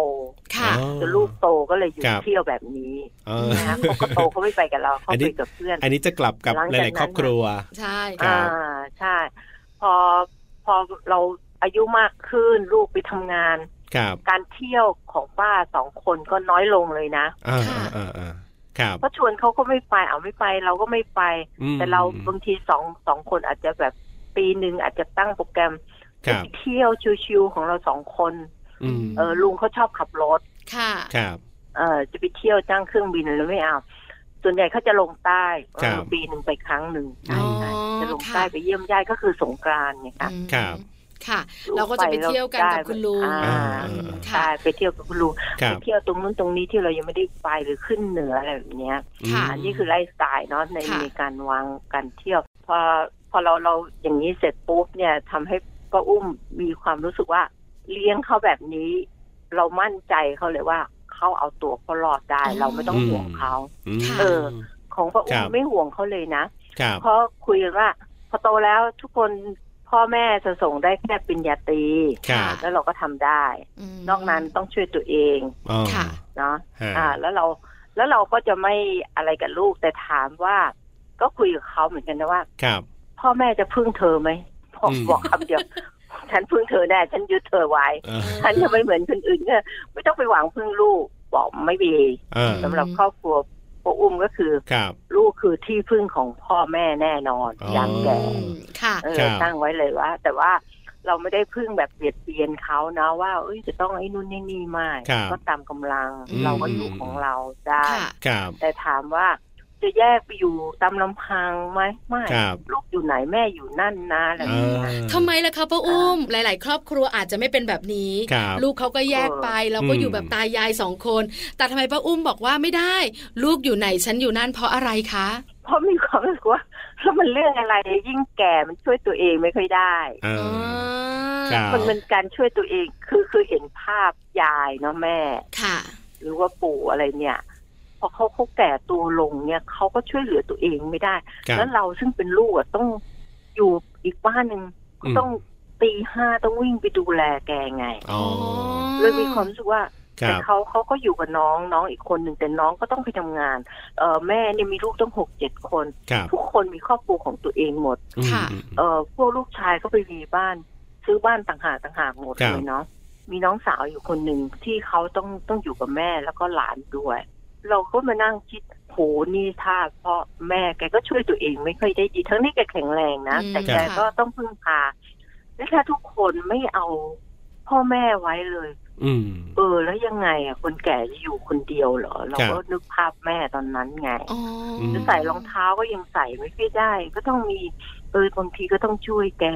[SPEAKER 2] ค่ะ
[SPEAKER 3] อ๋อ
[SPEAKER 5] จนลูกโตก็เลยหยุด
[SPEAKER 3] ครับ
[SPEAKER 5] เที่ยวแบบนี้
[SPEAKER 3] เออ
[SPEAKER 5] นะเขาก็โตเขาไม่ไปกับเราเขา
[SPEAKER 3] อันนี้
[SPEAKER 5] ไปกับเพื่อน
[SPEAKER 3] อันนี้จะกลับกับ
[SPEAKER 5] หลัง
[SPEAKER 3] ห
[SPEAKER 5] จากนั้น
[SPEAKER 3] ลาย ๆ ครอบครัว
[SPEAKER 2] ใช่
[SPEAKER 3] ครั
[SPEAKER 5] อ่า
[SPEAKER 3] บ
[SPEAKER 5] ใช่ พอพอเราอายุมากขึ้นลูกไปทำงาน
[SPEAKER 3] ครับ
[SPEAKER 5] การเที่ยวของป้าสองคนก็น้อยลงเลยนะ
[SPEAKER 3] อ่าอ่าอ่าอ่าครับ
[SPEAKER 5] เพราะชวนเขาก็ไม่ไปเอาไม่ไปเราก็ไม่ไป
[SPEAKER 3] อืม
[SPEAKER 5] แต่เราบางทีสองสองคนอาจจะแบบปีหนึ่งอาจจะตั้งโปรแกรม
[SPEAKER 3] ครับ
[SPEAKER 5] ไปเที่ยวชิวๆของเราสองคน
[SPEAKER 3] อืม
[SPEAKER 5] เออลุงเขาชอบขับรถ
[SPEAKER 2] ค่ะ
[SPEAKER 3] ครับ
[SPEAKER 5] เออจะไปเที่ยวจ้างเครื่องบินหรือไม่เอา ส่วนใหญ่เขาจะลงใต้
[SPEAKER 3] ครับ
[SPEAKER 5] เออปีหนึ่งไปครั้งหนึ่ง
[SPEAKER 2] อ๋อ
[SPEAKER 5] จะลง
[SPEAKER 2] ค่ะ
[SPEAKER 5] ใต้ไปเยี่ยมญาติก็คือสงกรานต์ไงคะ
[SPEAKER 2] อืม
[SPEAKER 3] ครับ
[SPEAKER 2] ค่ะ เราก็จะไปเที่ยวกันกับคุณลุง
[SPEAKER 5] อ่า
[SPEAKER 3] อ่า
[SPEAKER 5] ใช่ไปเที่ยวกับคุณลุง
[SPEAKER 3] ค
[SPEAKER 5] ไป
[SPEAKER 3] รับ
[SPEAKER 5] เที่ยวตรงนู้นตรงนี้ที่เรายังไม่ได้ไปหรือขึ้นเหนืออะไรแบบเนี้ย
[SPEAKER 3] อืม
[SPEAKER 2] ค่ะ
[SPEAKER 5] อันนี้คือไลฟ์สไตล์เนาะใน
[SPEAKER 2] ค่ะ
[SPEAKER 5] มีการวางการเที่ยวพอพอเราเราอย่างนี้เสร็จปุ๊บเนี่ยทำให้ป้าอุ้มมีความรู้สึกว่า เลี้ยงเขาแบบนี้ เรามั่นใจเขาเลยว่าเขาเอาตัวเขารอดได้เราไม่ต้อง
[SPEAKER 3] อืม
[SPEAKER 5] ห่วงเขา
[SPEAKER 3] ม
[SPEAKER 2] ค่ะ
[SPEAKER 5] เออ ของป้าอุ้
[SPEAKER 3] ค
[SPEAKER 5] ม
[SPEAKER 3] รับ
[SPEAKER 5] ไม่ห่วงเขาเลยนะครับ เพราะคุยกันว่า พอโตแล้วทุกคนพ่อแม่จะส่งได้แค่ปริญญาตรี
[SPEAKER 3] ครับ
[SPEAKER 5] แล้วเราก็ทำได้
[SPEAKER 2] ม
[SPEAKER 5] นอกนั้นต้องช่วยตัวเอง
[SPEAKER 3] อ๋อ
[SPEAKER 2] ค่ะ
[SPEAKER 5] เนาะ
[SPEAKER 3] ฮะ
[SPEAKER 5] อ่าแล้วเราแล้วเราก็จะไม่อะไรกับลูกแต่ถามว่า ก็คุยกับเขาเหมือนกันนะว่า
[SPEAKER 3] ครับ
[SPEAKER 5] พ่อแม่จะพึ่งเธอไหมบอก
[SPEAKER 3] อืม
[SPEAKER 5] บอกคำเดียว ฉันพึ่งเธอแน่ฉันยึดเธอไว้
[SPEAKER 3] เออ
[SPEAKER 5] ฉันจะไม่เหมือนคนอื่นเนี่ยไม่ต้องไปหวังพึ่งลูกบอกไม่มี
[SPEAKER 3] อ่า
[SPEAKER 5] สำหรับครอบครัวพ่ออุ้มก็คือ
[SPEAKER 3] ครับ
[SPEAKER 5] ลูกคือที่พึ่งของพ่อแม่แน่นอน
[SPEAKER 3] อ๋อ
[SPEAKER 5] ยามแก่
[SPEAKER 2] อืมค่ะ
[SPEAKER 5] เอ
[SPEAKER 3] ครั
[SPEAKER 5] อบ ตั้งไว้เลยว่า แต่ว่าเราไม่ได้พึ่งแบบเบียดเบียนเขานะว่าเอ้ยจะต้องไอ้นู่นไอ้นี่ไม่
[SPEAKER 3] ครับ
[SPEAKER 5] ก็ตามกำลัง
[SPEAKER 2] อืม
[SPEAKER 5] เราก็อยู่ของเราได้
[SPEAKER 2] ค่ะ
[SPEAKER 3] ครับ
[SPEAKER 5] แต่ถามว่าจะแยกไปอยู่ตามลำพังไหมไม่
[SPEAKER 3] ครับ
[SPEAKER 5] ลูกอยู่ไหนแม่อยู่นั่นนะอะไรอย่าง
[SPEAKER 3] อ่า
[SPEAKER 5] เงี้ย
[SPEAKER 2] ทำไมล่ะคะป้าอุ้มหลาย ๆ ครอบครัวอาจจะไม่เป็นแบบนี้
[SPEAKER 3] ครับ
[SPEAKER 2] ลูกเขาก็แยกไปแล้วก็
[SPEAKER 3] อืม
[SPEAKER 2] อยู่แบบตายายสองคน แต่ทำไมป้าอุ้มบอกว่าไม่ได้ ลูกอยู่ไหนฉันอยู่นั่นเพราะอะไรคะ
[SPEAKER 5] เพราะมีความรู้สึกว่าแล้วมันเรื่องอะไรยิ่งแก่มันช่วยตัวเองไม่ค่อยได้
[SPEAKER 3] อ่า
[SPEAKER 2] อ๋อ
[SPEAKER 3] ครับ
[SPEAKER 5] มันเป็นการช่วยตัวเองคือคือเห็นภาพยายเนาะแม่
[SPEAKER 2] ค่ะ
[SPEAKER 5] หรือว่าปู่อะไรเนี่ย พอเขาเขาแก่ตัวลงเนี่ยเขาก็ช่วยเหลือตัวเองไม่ได้
[SPEAKER 3] ครับ
[SPEAKER 5] แล้วเราซึ่งเป็นลูกอะต้องอยู่อีกบ้านหนึ่งก็
[SPEAKER 3] อืม
[SPEAKER 5] ต้องตีห้าต้องวิ่งไปดูแลแกไง
[SPEAKER 3] อ๋อ
[SPEAKER 5] เลยมีความรู้สึกว่า
[SPEAKER 3] ค
[SPEAKER 5] แต่
[SPEAKER 3] รับ
[SPEAKER 5] เขาเขาก็อยู่กับน้องน้องอีกคนหนึ่งแต่น้องก็ต้องไปทำงานเออแม่เนี่ยมีลูกต้องหกเจ็ดคน
[SPEAKER 3] ครับ
[SPEAKER 5] ทุกคนมีครอบครัวของตัวเองหมด
[SPEAKER 3] อืม
[SPEAKER 2] ค่ะ
[SPEAKER 3] อืม
[SPEAKER 5] เออพวกลูกชายก็ไปมีบ้าน ซื้อบ้านต่างหากต่างหากหมด
[SPEAKER 3] ครับ
[SPEAKER 5] เลยเนาะมีน้องสาวอยู่คนหนึ่งที่เขาต้องต้องอยู่กับแม่แล้วก็หลานด้วย เราก็มานั่งคิดโหนี่ถ้าเพราะแม่แกก็ช่วยตัวเองไม่ค่อยได้ดีทั้งที่แกแข็งแรงนะ
[SPEAKER 2] อืม
[SPEAKER 5] แต่
[SPEAKER 2] ค
[SPEAKER 5] แก
[SPEAKER 2] รับ
[SPEAKER 5] ก็ต้องพึ่งพาและถ้าทุกคนไม่เอาพ่อแม่ไว้เลย
[SPEAKER 3] อืม
[SPEAKER 5] เออแล้วยังไงอ่ะคนแก่จะอยู่คนเดียวเหรอ เรา
[SPEAKER 3] ค
[SPEAKER 5] ก็
[SPEAKER 3] รับ
[SPEAKER 5] นึกภาพแม่ตอนนั้นไง
[SPEAKER 2] อ๋อ
[SPEAKER 3] ม
[SPEAKER 5] จะใส่รองเท้าก็ยังใส่ไม่ค่อยได้ ก็ต้องมีเออบางทีก็ต้องช่วยแก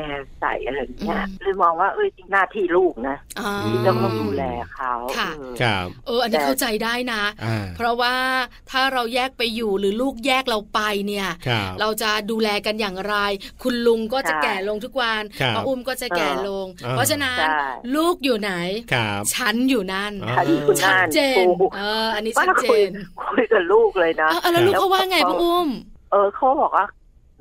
[SPEAKER 5] ใส่อะไรอย่างเงี้ยเลยมองว่าเออจริงหน้าที่ลูกนะ
[SPEAKER 2] อ๋อ
[SPEAKER 5] ที่ต้องมาดูแลเขา
[SPEAKER 2] ค่ะ
[SPEAKER 5] เออ
[SPEAKER 3] ครับ
[SPEAKER 2] เออ อันนี้
[SPEAKER 5] แต่
[SPEAKER 2] เข้าใจได้นะ
[SPEAKER 3] อ่า
[SPEAKER 2] เพราะว่าถ้าเราแยกไปอยู่หรือลูกแยกเราไปเนี่ย
[SPEAKER 3] ครับ
[SPEAKER 2] เราจะดูแลกันอย่างไร คุณลุงก็จะ
[SPEAKER 5] ใช่
[SPEAKER 2] แก่ลงทุกวัน
[SPEAKER 3] ครับ
[SPEAKER 2] ป้าอุ้มก็จะแก่ลง
[SPEAKER 3] เออ
[SPEAKER 2] เพราะฉะนั้น
[SPEAKER 5] ใช่
[SPEAKER 2] ลูกอยู่ไหน
[SPEAKER 3] ครับ
[SPEAKER 2] ฉันอยู่นั่น
[SPEAKER 3] อ๋อ
[SPEAKER 5] ฉันคุณ
[SPEAKER 2] ชั
[SPEAKER 5] น่า
[SPEAKER 2] ด
[SPEAKER 5] น
[SPEAKER 2] เจน
[SPEAKER 5] กู
[SPEAKER 2] เออ อันนี้
[SPEAKER 5] ป้า
[SPEAKER 2] ชัดเจ
[SPEAKER 5] คุย
[SPEAKER 2] น
[SPEAKER 5] คุยกับลูกเลยนะ
[SPEAKER 2] เอาเอาแล้วลูกเขาว่าไง
[SPEAKER 5] แล้วก็
[SPEAKER 2] ป้าอุ้ม
[SPEAKER 5] เออเขาบอกว่า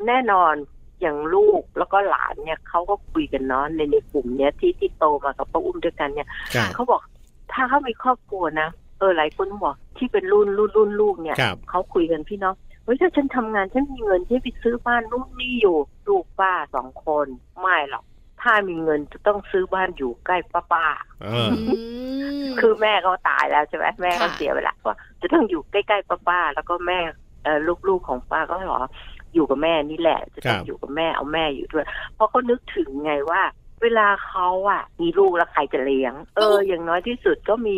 [SPEAKER 5] แน่นอนอย่างลูกแล้วก็หลานเนี่ยเขาก็คุยกันเนาะในในกลุ่มเนี้ยที่ที่โตมากับป้าอุ้มด้วยกันเนี่ย
[SPEAKER 3] ครับ
[SPEAKER 5] เขาบอกถ้าเขามีครอบครัวนะเออหลายคนบอกที่เป็นรุ่นรุ่นรุ่นลูกเนี่ย
[SPEAKER 3] ครับ
[SPEAKER 5] เขาคุยกันพี่น้องเฮ้ยถ้าฉันทำงานฉันมีเงินที่ไปซื้อบ้านนู่นนี่อยู่ ลูกป้าสองคน ไม่หรอก ถ้ามีเงินจะต้องซื้อบ้านอยู่ใกล้ป้าป้า
[SPEAKER 3] เอ
[SPEAKER 2] อื
[SPEAKER 3] อ
[SPEAKER 2] ม
[SPEAKER 5] คือแม่เขาตายแล้วใช่ไหมแม่เขา
[SPEAKER 2] ค่ะ
[SPEAKER 5] เสียไปแล้วก็จะต้องอยู่ใกล้ๆป้าป้าแล้วก็แม่เอ่อลูกๆของป้าก็ขออยู่กับแม่นี่แหละ จะต้อง
[SPEAKER 3] ครับ
[SPEAKER 5] อยู่กับแม่เอาแม่อยู่ด้วย เพราะเขานึกถึงไงว่า เวลาเขาอะมีลูกแล้วใครจะเลี้ยง เออ อย่างน้อยที่สุดก็มี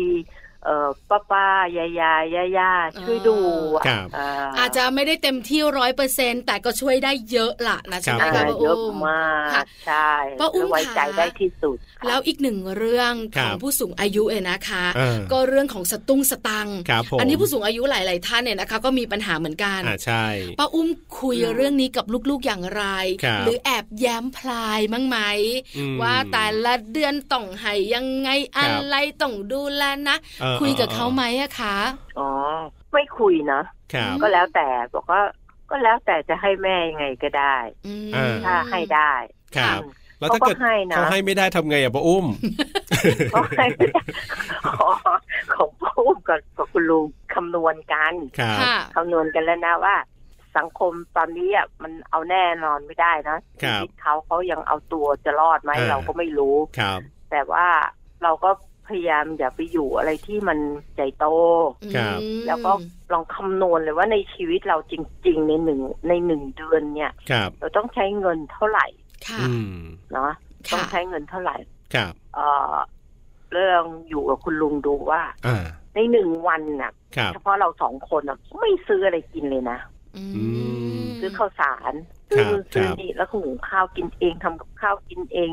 [SPEAKER 5] เอ่อป้าป้ายายายย่าย่าช่วยดูอะ
[SPEAKER 3] ครับ
[SPEAKER 5] เอ่อ
[SPEAKER 2] อาจจะไม่ได้เต็มที่ร้อยเปอร์เซ็นแต่ก็ช่วยได้เยอะละนะใช่ไหม
[SPEAKER 3] ค
[SPEAKER 2] คะ
[SPEAKER 3] รับ
[SPEAKER 2] ป้า
[SPEAKER 5] เย
[SPEAKER 2] อุ้
[SPEAKER 5] อะ
[SPEAKER 2] ม
[SPEAKER 5] มา
[SPEAKER 2] ค่ะ
[SPEAKER 5] กใช่
[SPEAKER 2] ป้าอุ้ม
[SPEAKER 5] และไว้ใจ
[SPEAKER 2] ค่ะ
[SPEAKER 5] ได้ที่สุดค่ะ
[SPEAKER 2] แล้วอีกหนึ่งเรื่องข
[SPEAKER 3] ครั
[SPEAKER 2] อง
[SPEAKER 3] บ
[SPEAKER 2] ผู้สูงอายุเองนะคะ
[SPEAKER 3] เออ
[SPEAKER 2] ก็เรื่องของสตุ้งสตังค์
[SPEAKER 3] ครับผม
[SPEAKER 2] อันนี้ผู้สูงอายุหลาย ๆ ท่านเนี่ยนะคะ ก็มีปัญหาเหมือนกัน
[SPEAKER 3] อ่าใช่
[SPEAKER 2] ป้าอุ้มคุย
[SPEAKER 5] อืม
[SPEAKER 2] เรื่องนี้กับลูกๆอย่างไร
[SPEAKER 3] ครับ
[SPEAKER 2] หรือแอบแย้มพลายมั้งไหม
[SPEAKER 3] อืม
[SPEAKER 2] ว่าแต่ละเดือนต้องให้ยังไง
[SPEAKER 3] ครั
[SPEAKER 2] อะ
[SPEAKER 3] บ
[SPEAKER 2] ไรต้องดูแลนะ
[SPEAKER 3] เออ
[SPEAKER 2] คุยกับเขาไหม
[SPEAKER 3] ออ
[SPEAKER 2] อะคะ
[SPEAKER 5] อ๋อไม่คุยนะ
[SPEAKER 3] ครับ
[SPEAKER 5] ก็แล้วแต่บอกว่าก็แล้วแต่จะให้แม่ยังไงก็ได้
[SPEAKER 2] อืม
[SPEAKER 3] อ่า
[SPEAKER 5] ถ้าให้ได้
[SPEAKER 3] ครับ
[SPEAKER 5] อืม
[SPEAKER 3] แล้วถ้าเกิด
[SPEAKER 5] เขาก็ให้นะ
[SPEAKER 3] เขาให้ไม่ได้ทำไงอ่ะป้าอุ้ม
[SPEAKER 5] ก็ให้ ไม่ได้ขอของผู้กับกับคุณลุงคำนวณกัน
[SPEAKER 3] ครับ
[SPEAKER 2] ค่ะ
[SPEAKER 5] คำนวณกันแล้วนะว่า สังคมตอนนี้อ่ะมันเอาแน่นอนไม่ได้นะชีวิตเขาเขายังเอาตัวจะรอดไหม
[SPEAKER 3] อ่า
[SPEAKER 5] เราก็ไม่รู้
[SPEAKER 3] ครับ
[SPEAKER 5] แต่ว่าเราก็พยายามอย่าไปอยู่อะไรที่มันใหญ่โต
[SPEAKER 3] ครับ
[SPEAKER 2] อืม
[SPEAKER 5] แล้วก็ลองคำนวณเลยว่าในชีวิตเราจริง ๆ ในหนึ่งในหนึ่งเดือนเนี่ย
[SPEAKER 3] ครับ
[SPEAKER 5] เราต้องใช้เงินเท่าไหร่
[SPEAKER 2] ค่ะ
[SPEAKER 3] อืม
[SPEAKER 5] เนาะต้
[SPEAKER 2] ค่ะ
[SPEAKER 5] องใช้เงินเท่าไหร่
[SPEAKER 3] ครับ
[SPEAKER 5] เอ่อเรื่องอยู่กับคุณลุงดูว่า
[SPEAKER 3] อ่า
[SPEAKER 5] ในหนึ่งวันน่ะ
[SPEAKER 3] ครับ
[SPEAKER 5] เฉพาะเราสองคนน่ะไม่ซื้ออะไรกินเลยนะ
[SPEAKER 2] อืม
[SPEAKER 5] ซื้อข้าวสาร
[SPEAKER 3] ครั
[SPEAKER 5] ซื้
[SPEAKER 3] บ
[SPEAKER 5] อซื้อ
[SPEAKER 3] ครับ
[SPEAKER 5] นี่แล้วก็หุงข้าวกินเองทำกับข้าวกินเอง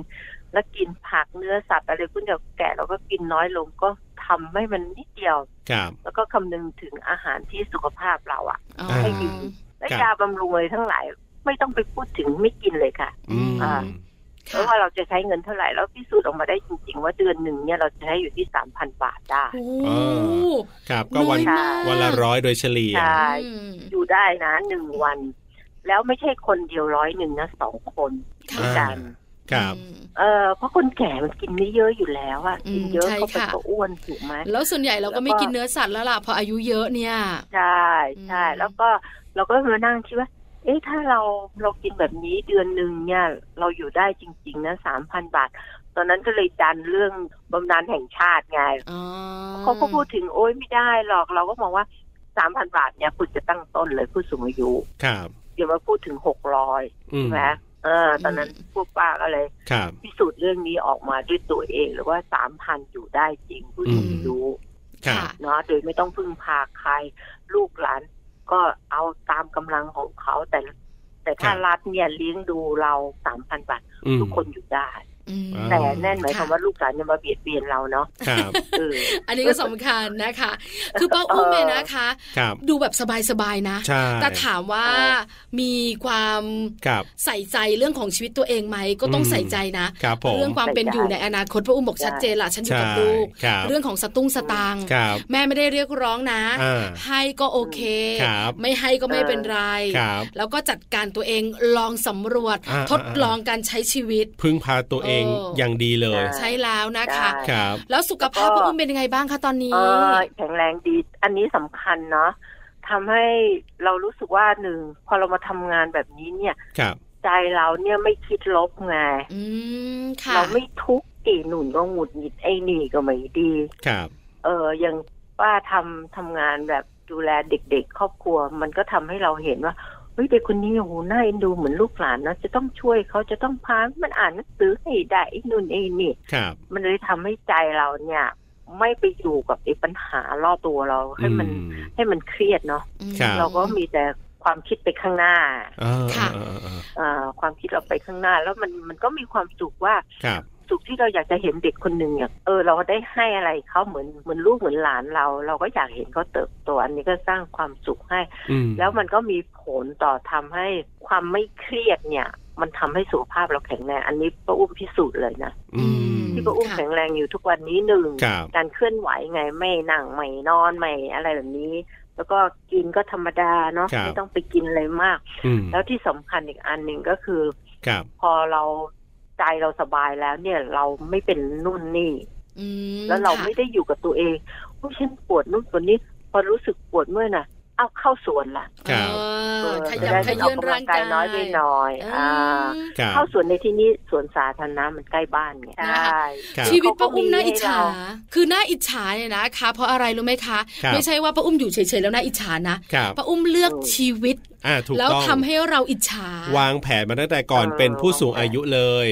[SPEAKER 5] แล้วกินผักเนื้อสัตว์อะไรพวกเดียวแก่เราก็กินน้อยลงก็ทำให้มันนิดเดียว
[SPEAKER 3] ครับ
[SPEAKER 5] แล้วก็คำนึงถึงอาหารที่สุขภาพเราอะ
[SPEAKER 2] อ๋อ
[SPEAKER 3] ให้
[SPEAKER 5] กิน และ
[SPEAKER 3] ครับ
[SPEAKER 5] ยาบำรุงอะไรทั้งหลาย ไม่ต้องไปพูดถึงไม่กินเลยค่ะ
[SPEAKER 3] อืม
[SPEAKER 5] อ่า เพ
[SPEAKER 2] ค่ะ
[SPEAKER 5] ราะว่าเราจะใช้เงินเท่าไหร่แล้วพิสูจน์ออกมาได้จริง ๆ ว่าเดือนหนึ่งเนี่ยเราจะใช้อยู่ที่สามพันบาทได้
[SPEAKER 2] โอ้
[SPEAKER 3] ครับก็วั
[SPEAKER 2] อ
[SPEAKER 3] น
[SPEAKER 2] ยมาก
[SPEAKER 3] วันละร้อยโดยเฉลี่ย
[SPEAKER 5] ใช่
[SPEAKER 2] อืม
[SPEAKER 5] อยู่ได้นะหนึ่งวัน แล้วไม่ใช่คนเดียวร้อยหนึ่งนะสองคน
[SPEAKER 2] ค่ะ
[SPEAKER 5] ด้วย
[SPEAKER 3] อ่า
[SPEAKER 5] กัน
[SPEAKER 3] ครับ
[SPEAKER 2] อืม
[SPEAKER 5] เออเพราะคนแก่มันกินไม่เยอะอยู่แล้วอะ
[SPEAKER 2] อืม
[SPEAKER 5] กินเยอะ
[SPEAKER 2] ใช่
[SPEAKER 5] เข้าไป
[SPEAKER 2] ค่ะ
[SPEAKER 5] ก็อ้วนถูกไหม
[SPEAKER 2] แล้วส่วนใหญ่เรา
[SPEAKER 5] แล้
[SPEAKER 2] ก็
[SPEAKER 5] วก็
[SPEAKER 2] ไม่กินเนื้อสัตว์แล้วล่ะพออายุเยอะเนี่ย
[SPEAKER 5] ใช่ใช่
[SPEAKER 2] อืม
[SPEAKER 5] แล้วก็เราก็มานั่งคิดว่า เอ๊ะถ้าเราเรากินแบบนี้เดือนหนึ่งเนี่ย เราอยู่ได้จริง ๆนะสามพันบาท ตอนนั้นก็เลยดันเรื่องบำนาญแห่งชาติไง
[SPEAKER 2] อ๋อ
[SPEAKER 5] เขาก็พูดถึงโอ๊ยไม่ได้หรอกเราก็มองว่าสามพันบาทเนี่ยคุณจะตั้งต้นเลยผู้สูงอายุ
[SPEAKER 3] ครับ
[SPEAKER 5] เดี๋ยวมาพูดถึงหกร้อย
[SPEAKER 3] อืม
[SPEAKER 5] ใช่ไหมเออ ตอนนั้นพวกป้าก็เลย
[SPEAKER 3] ครับ
[SPEAKER 5] พิสูจน์เรื่องนี้ออกมาด้วยตัวเองหรือว่าสามพันอยู่ได้จริงผู้สูงอายุ
[SPEAKER 3] ครับ
[SPEAKER 5] เนาะโดยไม่ต้องพึ่งพาใคร ลูกหลานก็เอาตามกำลังของเขาแต่ แต่ถ้า
[SPEAKER 3] ครับ
[SPEAKER 5] รัฐเนี่ยเลี้ยงดูเราสามพันบาท
[SPEAKER 3] อืม
[SPEAKER 5] ทุกคนอยู่ได้
[SPEAKER 2] อืม
[SPEAKER 3] อ่า
[SPEAKER 5] แต่แน่นหมายความ
[SPEAKER 2] ค่ะ
[SPEAKER 5] ว่าลูกหลานจะมาเบียดเบียนเราเนาะ
[SPEAKER 3] ครับ
[SPEAKER 5] เออ
[SPEAKER 2] อันนี้ก็สำคัญนะคะ คือป้าอุ้มเนี่ยนะคะ
[SPEAKER 3] ครับ
[SPEAKER 2] ดูแบบสบายๆนะ
[SPEAKER 3] ใช่
[SPEAKER 2] แต่ถามว่า
[SPEAKER 5] เออ
[SPEAKER 2] มีความ
[SPEAKER 3] ครับ
[SPEAKER 2] ใส่ใจเรื่องของชีวิตตัวเองไหมก็ต้อง
[SPEAKER 3] อืม
[SPEAKER 2] ใส่ใจนะ
[SPEAKER 3] ครับผม
[SPEAKER 2] เรื่องความเป็นอยู่ในอนาคตป้าอุ้มบอกชัดเจนล่ะฉันอยู่
[SPEAKER 3] ใช่
[SPEAKER 2] กับลูก
[SPEAKER 3] ครับ
[SPEAKER 2] เรื่องของสตุ้งสตางค์
[SPEAKER 3] ครับ
[SPEAKER 2] แม่ไม่ได้เรียกร้องนะ
[SPEAKER 3] อ่า
[SPEAKER 2] ให้ก็โอเค
[SPEAKER 3] ครับ
[SPEAKER 2] ไม่ให้ก็ไม่เป็นไร
[SPEAKER 3] ครับ
[SPEAKER 2] แล้วก็จัดการตัวเองลองสำรวจ
[SPEAKER 3] อ่า
[SPEAKER 2] ทดลองการใช้ชีวิต
[SPEAKER 3] พึ่งพาตัวเอง
[SPEAKER 2] เอออ
[SPEAKER 3] อย่างดีเลย
[SPEAKER 5] ใช่
[SPEAKER 2] ใช้แล้วนะคะ
[SPEAKER 5] ได้
[SPEAKER 3] ครับ
[SPEAKER 2] แล้วสุขภาพ
[SPEAKER 5] แล้ว
[SPEAKER 2] พี่
[SPEAKER 5] ก็
[SPEAKER 2] อุ้มเป็นยังไงบ้างคะตอนนี้
[SPEAKER 5] เออแข็งแรงดี อันนี้สำคัญเนาะทำให้เรารู้สึกว่าหนึ่งพอเรามาทำงานแบบนี้เนี่ย
[SPEAKER 3] ครับ
[SPEAKER 5] ใจเราเนี่ยไม่คิดลบไง
[SPEAKER 2] อืมค่ะ
[SPEAKER 5] เราไม่ทุกข์อีหนุนก็หงุดหงิดไอ้นี่ก็ไม่ดี
[SPEAKER 3] ครับ
[SPEAKER 5] เอออย่างป้าทำทำงานแบบดูแลเด็กๆ ครอบครัว มันก็ทำให้เราเห็นว่าเฮ้ยเด็กคนนี้โอ้โหน่าเอ็นดูเหมือนลูกหลานนะจะต้องช่วยเขาจะต้องพามันอ่านหนังสือให้ได้ไอ้นู่นไอ้นี่
[SPEAKER 3] ครับ
[SPEAKER 5] มันเลยทำให้ใจเราเนี่ย ไม่ไปอยู่กับไอ้ปัญหารอบตัวเราให้มัน
[SPEAKER 3] อืม
[SPEAKER 5] ให้มันเครียดเนาะ
[SPEAKER 2] อืม
[SPEAKER 3] ครับ
[SPEAKER 5] เราก็มีแต่ความคิดไปข้างหน้า
[SPEAKER 3] เออ
[SPEAKER 2] ค่ะ
[SPEAKER 3] เออเออเออ
[SPEAKER 5] เอ่อความคิดเราไปข้างหน้า แล้วมันมันก็มีความสุขว่า
[SPEAKER 3] ครับ
[SPEAKER 5] สุขที่เราอยากจะเห็นเด็กคนหนึ่งเนี่ยเออเราได้ให้อะไรเขาเหมือนเหมือนลูกเหมือนหลานเรา เราก็อยากเห็นเขาเติบโตอันนี้ก็สร้างความสุขให้
[SPEAKER 3] อืม
[SPEAKER 5] แล้วมันก็มีผลต่อทำให้ความไม่เครียดเนี่ย มันทำให้สุขภาพเราแข็งแรงอันนี้ป้าอุ้มพิสูจน์เลยนะ
[SPEAKER 3] อืม
[SPEAKER 5] ที่ป้าอุ้ม
[SPEAKER 2] ค่ะ
[SPEAKER 5] แข็งแรงอยู่ทุกวันนี้หนึ่ง
[SPEAKER 3] ครับ
[SPEAKER 5] การเคลื่อนไหวไงไม่นั่งไม่นอนไม่อะไรแบบนี้ แล้วก็กินก็ธรรมดาเนาะ
[SPEAKER 3] ครับ
[SPEAKER 5] ไม่ต้องไปกินอะไรมาก
[SPEAKER 3] อืม
[SPEAKER 5] แล้วที่สำคัญอีกอันหนึ่งก็คือ
[SPEAKER 3] ครับ
[SPEAKER 5] พอเราใจเราสบายแล้วเนี่ยเราไม่เป็นนู่นนี่
[SPEAKER 2] อืม
[SPEAKER 5] แล้วเรา
[SPEAKER 2] ค่ะ
[SPEAKER 5] ไม่ได้อยู่กับตัวเองโอ้ยฉันปวดนู่นปวดนี้ พอรู้สึกปวดเมื่อยน่ะ เอาเข้าสวนละ
[SPEAKER 3] ครับ
[SPEAKER 2] เออ อ
[SPEAKER 5] เออ
[SPEAKER 2] ข
[SPEAKER 5] จะ
[SPEAKER 2] ยับ
[SPEAKER 5] ได้
[SPEAKER 2] ข
[SPEAKER 5] เป็นออก
[SPEAKER 2] ยื่น
[SPEAKER 5] กำลั
[SPEAKER 2] ร่าง
[SPEAKER 5] กาก
[SPEAKER 2] งาย ย
[SPEAKER 5] น้อยไปหน่อย อ่า
[SPEAKER 2] อืม
[SPEAKER 3] ครับ
[SPEAKER 5] เข้าสวนในที่นี้สวนสาธารณะมันใกล้บ้านไง
[SPEAKER 2] นะคะ
[SPEAKER 5] ใช่
[SPEAKER 3] ครับ
[SPEAKER 2] ชีวิตป้าอุ้มน่า
[SPEAKER 5] เขก็
[SPEAKER 2] อิจฉา
[SPEAKER 5] ให้เร
[SPEAKER 2] คือน่าอิจฉาเนี่ยนะคะ เพราะอะไรรู้ไหมคะ
[SPEAKER 3] ครับ
[SPEAKER 2] ไม่ใช่ว่าป้าอุ้มอยู่เฉยๆแล้วน่าอิจฉานะครับ ป้าอุ้มเลือก
[SPEAKER 5] อืม
[SPEAKER 2] ชีวิต
[SPEAKER 3] อ่าถูก
[SPEAKER 2] แล้ว
[SPEAKER 3] ต้อง
[SPEAKER 2] ทำให้เราอิจฉาว
[SPEAKER 3] างแผนมาตั้งแต่ก่อน
[SPEAKER 5] เออ
[SPEAKER 3] เป็นผู้สูงอายุเลย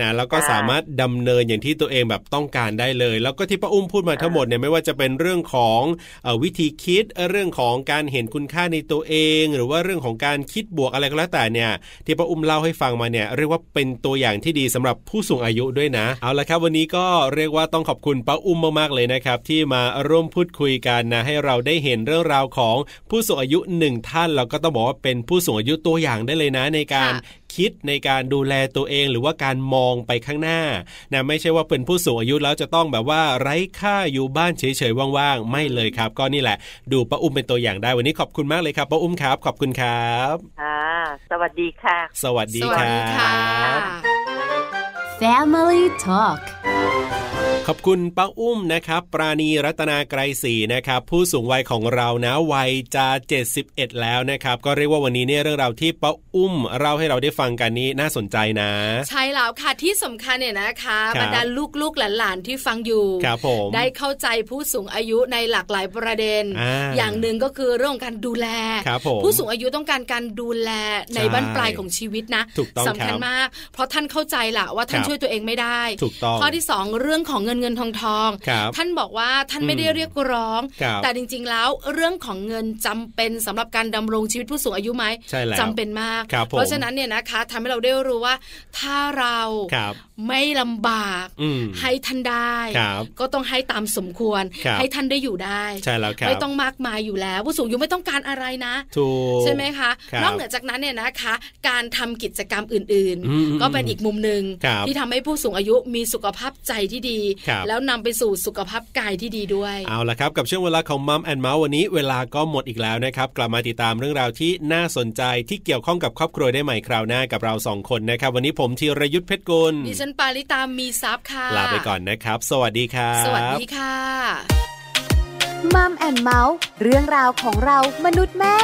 [SPEAKER 3] นะแล้วก็
[SPEAKER 5] ใช่
[SPEAKER 3] สามารถดำเนินอย่างที่ตัวเองแบบต้องการได้เลย แล้วก็ที่ป้าอุ้มพูดมาทั้งหมดเนี่ยไม่ว่าจะเป็นเรื่องของเอ่อวิธีคิดเรื่องของการเห็นคุณค่าในตัวเอง หรือว่าเรื่องของการคิดบวกอะไรก็แล้วแต่เนี่ยที่ป้าอุ้มเล่าให้ฟังมาเนี่ยเรียกว่าเป็นตัวอย่างที่ดีสำหรับผู้สูงอายุด้วยนะ เอาละครับวันนี้ก็เรียกว่าต้องขอบคุณป้าอุ้มมากๆเลยนะครับที่มาร่วมพูดคุยกันนะให้เราได้เห็นเรื่องราวของผู้สูงอายุหนึ่งท่านเราก็ต้องบอกว่าเป็นผู้สูงอายุตัวอย่างได้เลยนะในการ คิดในการดูแลตัวเองหรือว่าการมองไปข้างหน้านะไม่ใช่ว่าเป็นผู้สูงอายุแล้วจะต้องแบบว่าไร้ค่าอยู่บ้านเฉยๆว่างๆ ไม่เลยครับ ก็นี่แหละ ดูป้าอุ้มเป็นตัวอย่างได้วันนี้ขอบคุณมากเลยครับป้าอุ้มครับ ขอบคุณครับ
[SPEAKER 5] าค่ะ สวัสดีค่ะ
[SPEAKER 3] สวัสดี
[SPEAKER 2] สวัส
[SPEAKER 3] ครั
[SPEAKER 2] ดีค่ะ
[SPEAKER 3] บ
[SPEAKER 1] Family Talk
[SPEAKER 3] ขอบคุณป้าอุ้มนะครับ ปราณีรัตนาไกรศรีนะครับ ผู้สูงวัยของเรานะวัยจะ71 แล้วนะครับ ก็เรียกว่าวันนี้เนี่ยเรื่องราวที่ป้าอุ้มเล่าให้เราได้ฟังกันนี้น่าสนใจนะ
[SPEAKER 2] ใช่แล้วค่ะที่สำคัญเนี่ยนะคะ
[SPEAKER 3] ครับ
[SPEAKER 2] บรรดาลูกๆหลานๆที่ฟังอยู่
[SPEAKER 3] ครับผม
[SPEAKER 2] ได้เข้าใจผู้สูงอายุในหลากหลายประเด็น
[SPEAKER 3] อ่า
[SPEAKER 2] อย่างหนึ่งก็คือเรื่องของการดูแล
[SPEAKER 3] ครับผม
[SPEAKER 2] ผู้สูงอายุต้องการการดูแลใน
[SPEAKER 3] ใช่
[SPEAKER 2] บั้นปลายของชีวิตนะ
[SPEAKER 3] ถูกต้อง
[SPEAKER 2] สำคัญ
[SPEAKER 3] ครับ
[SPEAKER 2] มาก เพราะท่านเข้าใจล่ะว่าท่าน
[SPEAKER 3] ครับ
[SPEAKER 2] ช่วยตัวเองไม่ได้
[SPEAKER 3] ถูกต้อง
[SPEAKER 2] ข้อที่ 2 เรื่องของเงินเงินทองทอง
[SPEAKER 3] ครับ
[SPEAKER 2] ท่านบอกว่าท่าน
[SPEAKER 3] อืม
[SPEAKER 2] ไม่ได้เรียกร้อง
[SPEAKER 3] ครับ
[SPEAKER 2] แต่จริงๆแล้วเรื่องของเงินจำเป็นสำหรับการดำรงชีวิตผู้สูงอายุไหม
[SPEAKER 3] ใช่แล้ว
[SPEAKER 2] จำเป็นมาก
[SPEAKER 3] ครับผม
[SPEAKER 2] เพราะฉะนั้นเนี่ยนะคะทำให้เราได้รู้ว่า ถ้าเรา
[SPEAKER 3] ครับ
[SPEAKER 2] ไม่ลำบาก
[SPEAKER 3] อืม
[SPEAKER 2] ให้ท่านได้
[SPEAKER 3] ครับ
[SPEAKER 2] ก็ต้องให้ตามสมควร
[SPEAKER 3] ครับ
[SPEAKER 2] ให้ท่านได้อยู่ได้
[SPEAKER 3] ใช่แล้วครับ
[SPEAKER 2] ไม่ต้องมากมายอยู่แล้วผู้สูงอายุไม่ต้องการอะไรนะ
[SPEAKER 3] ถูก
[SPEAKER 2] ใช่ไหมคะ
[SPEAKER 3] ครับ
[SPEAKER 2] นอกเหนือจากนั้นเนี่ยนะคะ การทำกิจกรรมอื่น
[SPEAKER 3] อืม
[SPEAKER 2] ก็เป็นอีกมุมหนึ่ง
[SPEAKER 3] ครับ
[SPEAKER 2] ที่ทำให้ผู้สูงอายุมีสุขภาพใจที่ดี
[SPEAKER 3] ครับ
[SPEAKER 2] แล้วนำไปสู่สุขภาพกายที่ดีด้วย
[SPEAKER 3] เอาละครับ กับช่วงเวลาของมัมแอนเมาส์วันนี้เวลาก็หมดอีกแล้วนะครับ กลับมาติดตามเรื่องราวที่น่าสนใจที่เกี่ยวข้องกับครอบครัวได้ใหม่คราวหน้ากับเราสองคนนะครับ วันนี้ผมธีรยุทธเพชรกุล
[SPEAKER 2] ดิฉันปาริตามมีซับค่ะ
[SPEAKER 3] ลาไปก่อนนะครับ สวัสดีครับ
[SPEAKER 2] สวัสดีค่ะ
[SPEAKER 1] มัมแอนเมาส์เรื่องราวของเรามนุษย์แม่